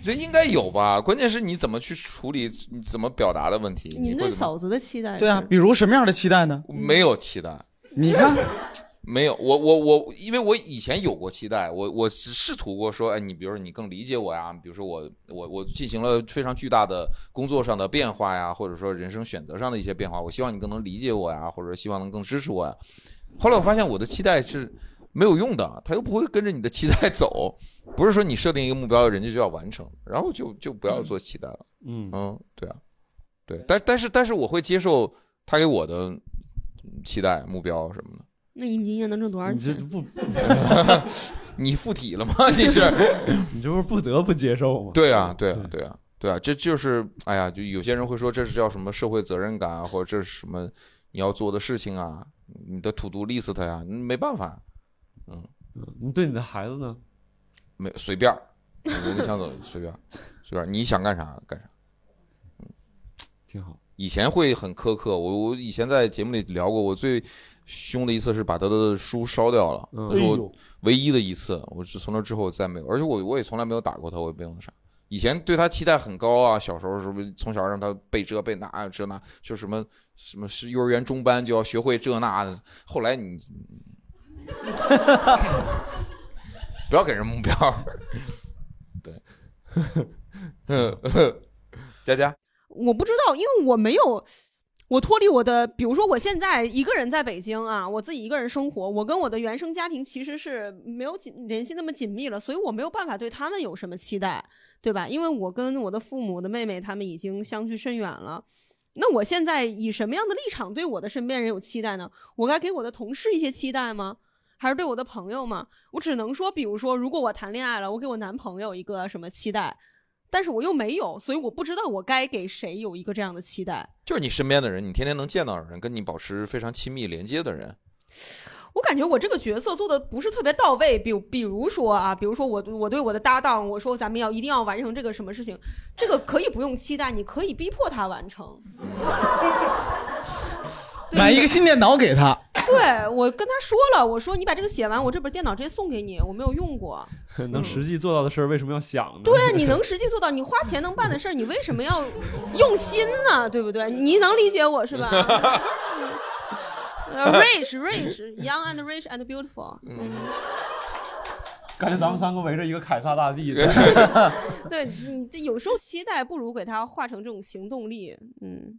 S1: 这应该 <laughs> 有吧？关键是你怎么去处理，你怎么表达的问题。
S14: 您
S1: 会
S14: 对
S1: 怎么
S14: 嫂子的期
S4: <laughs>
S14: 待？
S5: 对啊，，比如什么样的期待呢？
S1: 没有期待。
S5: 你看，
S1: 没有，我我我，因为我以前有过期待，我我是试图过说，哎，你比如说你更理解我呀，比如说我我我进行了非常巨大的工作上的变化呀，或者说人生选择上的一些变化，我希望你更能理解我呀，或者希望能更支持我呀。后来我发现我的期待是没有用的，他又不会跟着你的期待走，不是说你设定一个目标，人家就要完成，然后就就不要做期待了。
S3: 嗯
S1: 嗯，对啊，对，但但是但是我会接受他给我的期待目标什么的。
S14: 那你明年能挣多少钱？
S3: 不
S1: <laughs> 你附体了吗？你是？
S3: <laughs> 你这不是不得不接受吗？
S1: 对啊，对啊，对啊，对啊，这就是哎呀，就有些人会说这是叫什么社会责任感啊，或者这是什么你要做的事情啊，你的 to do list 呀、嗯没办法，嗯，
S3: 你对你的孩子
S1: <laughs>
S3: 呢？
S1: 没随便儿，我跟强总随便儿，随便儿，你想干啥干啥，
S3: 挺好。
S1: 以前会很苛刻，我我以前在节目里聊过，我最凶的一次是把他的书烧掉了，
S3: 嗯
S1: 那是
S3: 哎
S1: 我
S3: 呦
S1: 唯一的一次。我是从那之后再没有，而且我我也从来没有打过他，我也没有那啥。以前对他期待很高啊，小时候是不是从小让他背这背那这那，就什么什么是幼儿园中班就要学会这那的。后来你 <laughs> 不要给人目标， <laughs> 对， <laughs> 佳佳，
S4: 我不知道，因为我没有，我脱离我的，比如说我现在一个人在北京啊，我自己一个人生活，我跟我的原生家庭其实是没有紧联系那么紧密了，所以我没有办法对他们有什么期待，对吧？因为我跟我的父母、我的妹妹他们已经相距甚远了。那我现在以什么样的立场对我的身边人有期待呢？我该给我的同事一些期待吗？还是对我的朋友吗？我只能说，比如说，如果我谈恋爱了，我给我男朋友一个什么期待，但是我又没有，所以我不知道我该给谁有一个这样的期待。
S1: 就是你身边的人，你天天能见到的人，跟你保持非常亲密连接的人，
S4: 我感觉我这个角色做的不是特别到位，比比如说啊，比如说我我对我的搭档，我说咱们要一定要完成这个什么事情，这个可以不用期待，你可以逼迫他完成。
S5: 买一个新电脑给他，
S4: 对我跟他说了，我说你把这个写完，我这本电脑直接送给你，我没有用过。
S1: 嗯
S3: 能实际做到的事儿为什么要想呢？
S4: 对，啊你能实际做到，你花钱能办的事儿，你为什么要用心呢？对不对？你能理解我是吧嗯呃？Rich, rich, young and rich and beautiful。
S3: 感觉咱们三个围着一个凯撒大
S1: <laughs>
S3: 帝。
S4: 对，你这有时候期待不如给它化成这种行动力，嗯，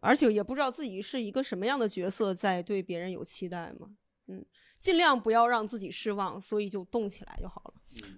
S4: 而且也不知道自己是一个什么样的角色，在对别人有期待嘛，嗯，尽量不要让自己失望，所以就动起来就好了。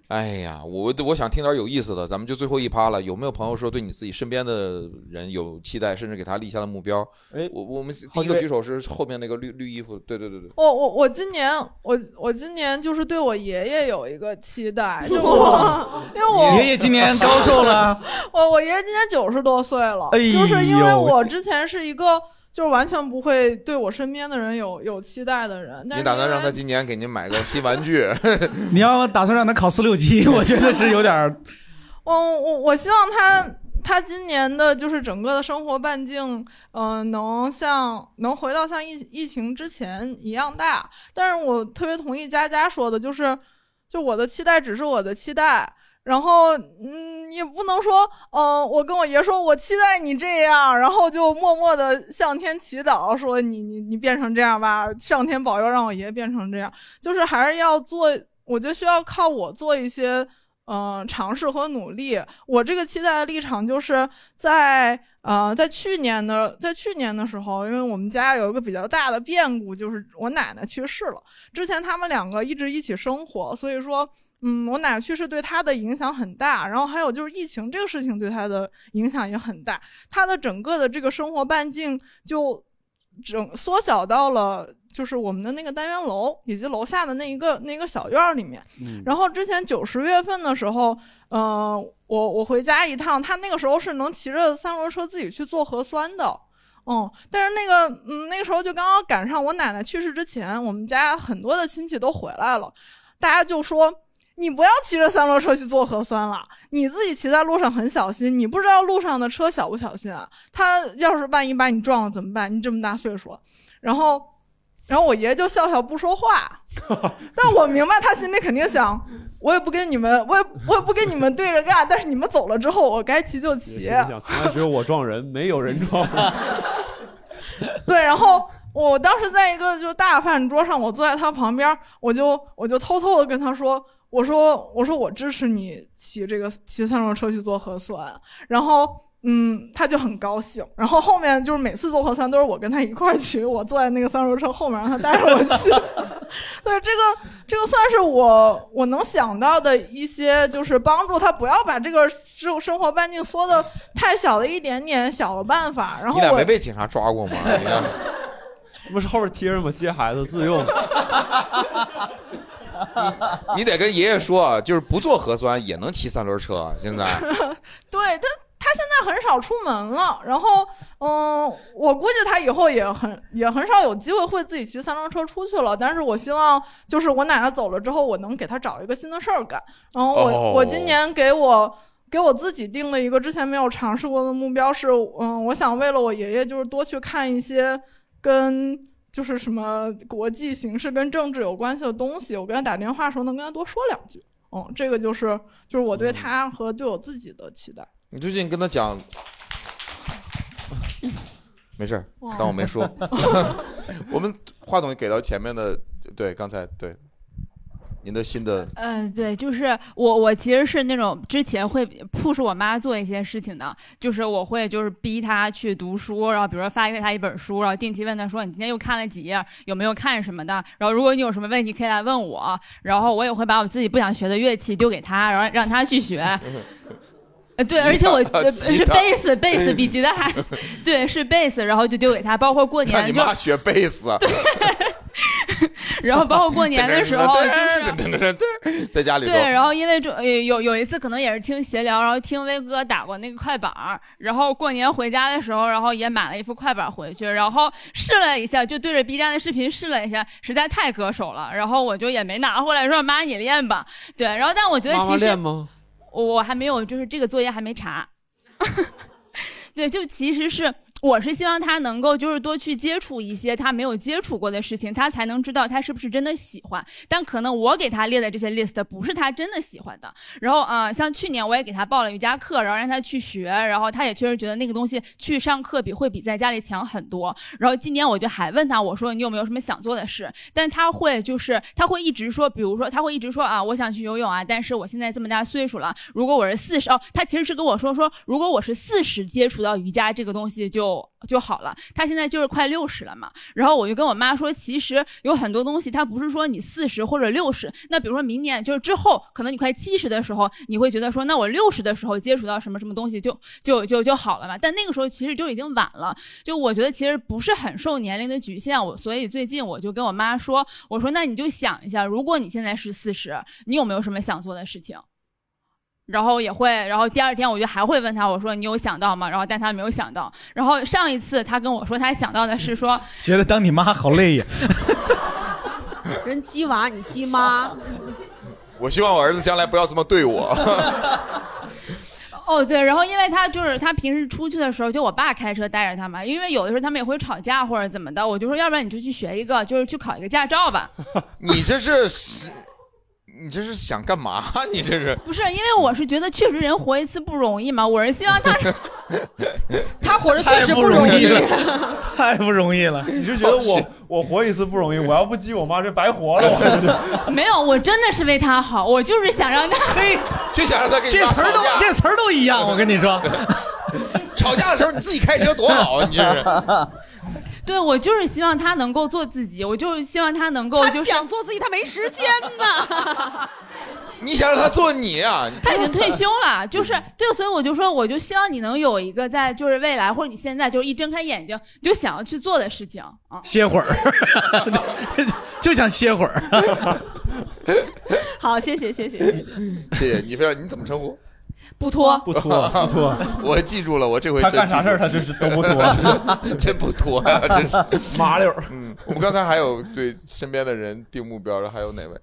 S1: 哎呀，我我想听点有意思的，咱们就最后一趴了。有没有朋友说对你自己身边的人有期待，甚至给他立下的目标？哎，我我们第一个举手是后面那个绿绿衣服，对对对对，
S8: 我我我今年我我今年就是对我爷爷有一个
S1: <laughs>
S8: 期待，就我 <laughs> 因为我
S5: 爷爷今年高寿了？
S8: 我我爷爷今年九十多岁了，
S5: 哎呦
S8: 就是因为我之前是一个就是完全不会对我身边的人有有期待的人，但
S1: 你
S8: 是
S1: 打算让他今年给您买个新玩具？ <laughs>
S5: 你要打算让他考四六级，我觉得是有点儿
S8: 嗯，我我希望他他今年的就是整个的生活半径，嗯、能像能回到像疫疫情之前一样大。但是我特别同意佳佳说的，就是就我的期待只是我的期待。然后，嗯，也不能说，嗯、我跟我爷说，我期待你这样，然后就默默的向天祈祷，说你你你变成这样吧，上天保佑让我爷变成这样，就是还是要做，我觉得需要靠我做一些，嗯、尝试和努力。我这个期待的立场就是在，呃，在去年的在去年的时候，因为我们家有一个比较大的变故，就是我奶奶去世了。之前他们两个一直一起生活，所以说。嗯，我奶奶去世对她的影响很大，然后还有就是疫情这个事情对她的影响也很大，她的整个的这个生活半径就整缩小到了就是我们的那个单元楼以及楼下的那一个那个小院儿里面。
S15: 嗯
S8: 然后之前九十月份的时候，嗯、我我回家一趟，他那个时候是能骑着三轮车自己去做核酸的。嗯，但是那个，嗯，那个时候就刚刚赶上我奶奶去世之前，我们家很多的亲戚都回来了，大家就说你不要骑着三轮车去做核酸了，你自己骑在路上很小心，你不知道路上的车小不小心啊，他要是万一把你撞了怎么办？你这么大岁数了，然后，然后我爷就笑笑不说话， <laughs> 但我明白他心里肯定想，我也不跟你们，我也我也不跟你们对着干，但是你们走了之后，我该骑就骑。
S3: 心里想，从来只有我撞人，没有人撞。
S8: 对，然后我当时在一个就是大饭桌上，我坐在他旁边，我就我就偷偷的跟他说，我说我说我支持你骑这个骑三轮车去做核酸，然后。嗯，他就很高兴。然后后面就是每次做核酸都是我跟他一块儿去，我坐在那个三轮车后面，让他带着我去。 <laughs> 对，这个这个算是我我能想到的一些，就是帮助他不要把这个生生活半径缩的太小了一点点小的办法。然后
S1: 你俩
S8: 我
S1: 没被警察抓过吗？你俩
S3: <laughs> 不是后边贴着吗？接孩子自用。
S1: 你得跟爷爷说啊，就是不做核酸也能骑三轮车。啊现在
S8: <laughs> 对他，他现在很少出门了。然后，嗯，我估计他以后也很也很少有机会会自己骑三轮车出去了。但是我希望，就是我奶奶走了之后，我能给他找一个新的事儿干。嗯然后我、
S15: 哦
S8: 我今年给我。给我自己定了一个之前没有尝试过的目标是，嗯，我想为了我爷爷，就是多去看一些跟就是什么国际形势跟政治有关系的东西。我跟他打电话的时候能跟他多说两句。嗯，这个就是就是我对他和对我自己的期待。
S1: 你最近跟他讲，没事儿
S8: 哇，
S1: 当我没
S9: <laughs>
S1: 说。我们话筒给到前面的，对，刚才对，您的新的
S9: 嗯，对，就是我，我其实是那种之前会 push 我妈做一些事情的，就是我会就是逼她去读书，然后比如说发给她一本书，然后定期问她说你今天又看了几页，有没有看什么的，然后如果你有什么问题可以来问我，然后我也会把我自己不想学的乐器丢给她，然后让她去学。
S1: <laughs>
S9: 呃，对，而且我呃
S1: 吉
S9: 是
S1: 他
S9: 贝斯，贝斯比吉他
S1: <laughs>
S9: 还，对，是贝斯，然后就丢给她，包括过
S1: 看
S9: 年
S1: 你
S9: 就，
S1: 妈学啊贝斯，对，
S9: 然后包括哦过年的时候就是。
S1: 对，在家里头，
S9: 对，然后因为这呃有有一次可能也是听闲聊，然后听威哥打过那个快板儿，然后过年回家的时候，然后也买了一副快板回去，然后试了一下，就对着 B 站的视频试了一下，实在太割手了，然后我就也没拿回来，说妈你练吧。对，然后但我觉得
S3: 妈妈
S9: 其实
S3: 练吗？
S9: 我我还没有，就是这个作业还没查。对，就其实是我是希望他能够就是多去接触一些他没有接触过的事情，他才能知道他是不是真的喜欢。但可能我给他列的这些 list 不是他真的喜欢的。然后啊、呃像去年我也给他报了瑜伽课，然后让他去学，然后他也确实觉得那个东西去上课比会比在家里强很多。然后今年我就还问他，我说你有没有什么想做的事？但他会就是他会一直说，比如说他会一直说啊，我想去游泳啊，但是我现在这么大岁数了，如果我是四十哦，他其实是跟我说说，如果我是四十接触到瑜伽这个东西就就好了。他现在就是快六十了嘛，然后我就跟我妈说，其实有很多东西它不是说你四十或者六十，那比如说明年就是之后，可能你快七十的时候，你会觉得说，那我六十的时候接触到什么什么东西就就就就好了嘛。但那个时候其实就已经晚了，就我觉得其实不是很受年龄的局限，我所以最近我就跟我妈说，我说那你就想一下，如果你现在是四十，你有没有什么想做的事情？然后也会，然后第二天我就还会问他，我说你有想到吗？然后但他没有想到。然后上一次他跟我说他想到的是说，
S5: 觉得当你妈好累呀。
S4: <laughs> 人鸡娃，你鸡妈。
S1: 我希望我儿子将来不要这么对我。
S9: <laughs> 哦，对，然后因为他就是他平时出去的时候，就我爸开车带着他嘛，因为有的时候他们也会吵架或者怎么的，我就说要不然你就去学一个，就是去考一个驾照
S1: <laughs>
S9: 吧。
S1: 你这是，你这是想干嘛？你这是
S9: 不是，因为我是觉得确实人活一次不容易嘛，我是希望
S1: <laughs>
S9: 他他活着确实
S5: 太不
S9: 容
S5: 容易
S9: 易。
S5: 了 <laughs> 太不容易了。
S15: 你是觉得我我活一次不容易，我要不激我妈这白活了，
S1: <laughs>
S15: 我
S9: <laughs> 没有，我真的是为他好，我就是想让他，
S1: 就想让他跟你
S5: 这
S1: 妈
S5: 词儿
S1: 吵
S5: 都
S1: 架
S5: 这词儿都一样，我跟你说。
S1: <laughs> 吵架的时候你自己开车多好啊！你这是。
S9: 对我就是希望他能够做自己，我就是希望他能够
S4: 他
S9: 就是
S4: 想做自己，他没时间呐。
S1: 你想让他做你啊？
S9: <laughs> 他已经退休了，就是对，所以我就说，我就希望你能有一个在就是未来或者你现在就是一睁开眼睛你就想要去做的事情啊。
S5: 歇会儿， <laughs> 就想歇会儿。
S4: <laughs>
S5: <laughs>
S4: 好，谢谢谢谢。
S1: 谢谢你，非常你怎么称呼？
S4: 不拖
S1: 不
S15: 拖不拖
S1: <laughs> 我记住了，我这回
S15: 他
S1: 真
S15: 干啥
S1: 记
S15: 事
S1: 住
S15: 儿他
S1: 了
S15: 真是都不拖，
S1: <laughs> 真不拖呀，
S15: <laughs>
S1: 真是
S15: 麻溜。
S1: 嗯，我们刚才还有对身边的人定目标的，还有哪位？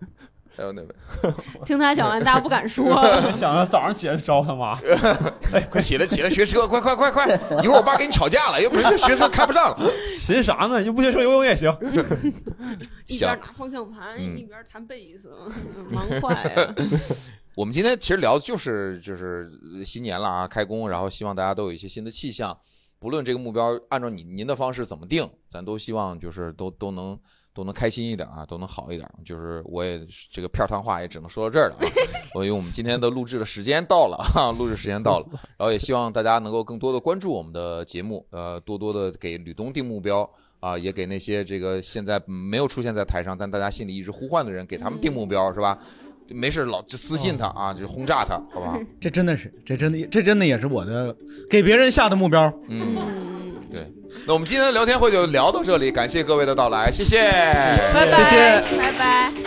S1: 还有哪位？
S4: 听他讲完，大家
S5: <laughs>
S4: 不敢说。
S15: <laughs> 想要早上起来烧他
S1: <laughs>
S15: 妈，
S1: 哎，快起来，起来学车，快快快快！一会儿我爸跟你吵架了，要不然这学车开不上了。
S15: <laughs> 寻啥呢？又不学说游泳也行。
S4: 一边拿方向盘，
S1: 嗯
S4: 一边弹贝斯，嗯忙坏啊呀。
S5: <laughs>
S1: <laughs> 我们今天其实聊的就是就是呃新年了啊，开工，然后希望大家都有一些新的气象。不论这个目标按照你您的方式怎么定，咱都希望就是都都能都能开心一点啊，都能好一点。就是我也这个片儿汤话也只能说到这儿了啊。我因为我们今天的录制的时间到了哈、录制时间到了，然后也希望大家能够更多的关注我们的节目，呃，多多的给吕东定目标。啊，也给那些这个现在没有出现在台上，但大家心里一直呼唤的人，给他们定目标是吧？没事老就私信他
S5: 嗯
S1: 啊，就轰炸他，
S5: <laughs>
S1: 好不好？
S5: 这真的是，这真的，这真的也是我的给别人下的目标。
S1: 嗯，对。那我们今天的聊天会就聊到这里，感谢各位的到来，谢谢，
S5: 拜拜谢谢
S4: 拜拜。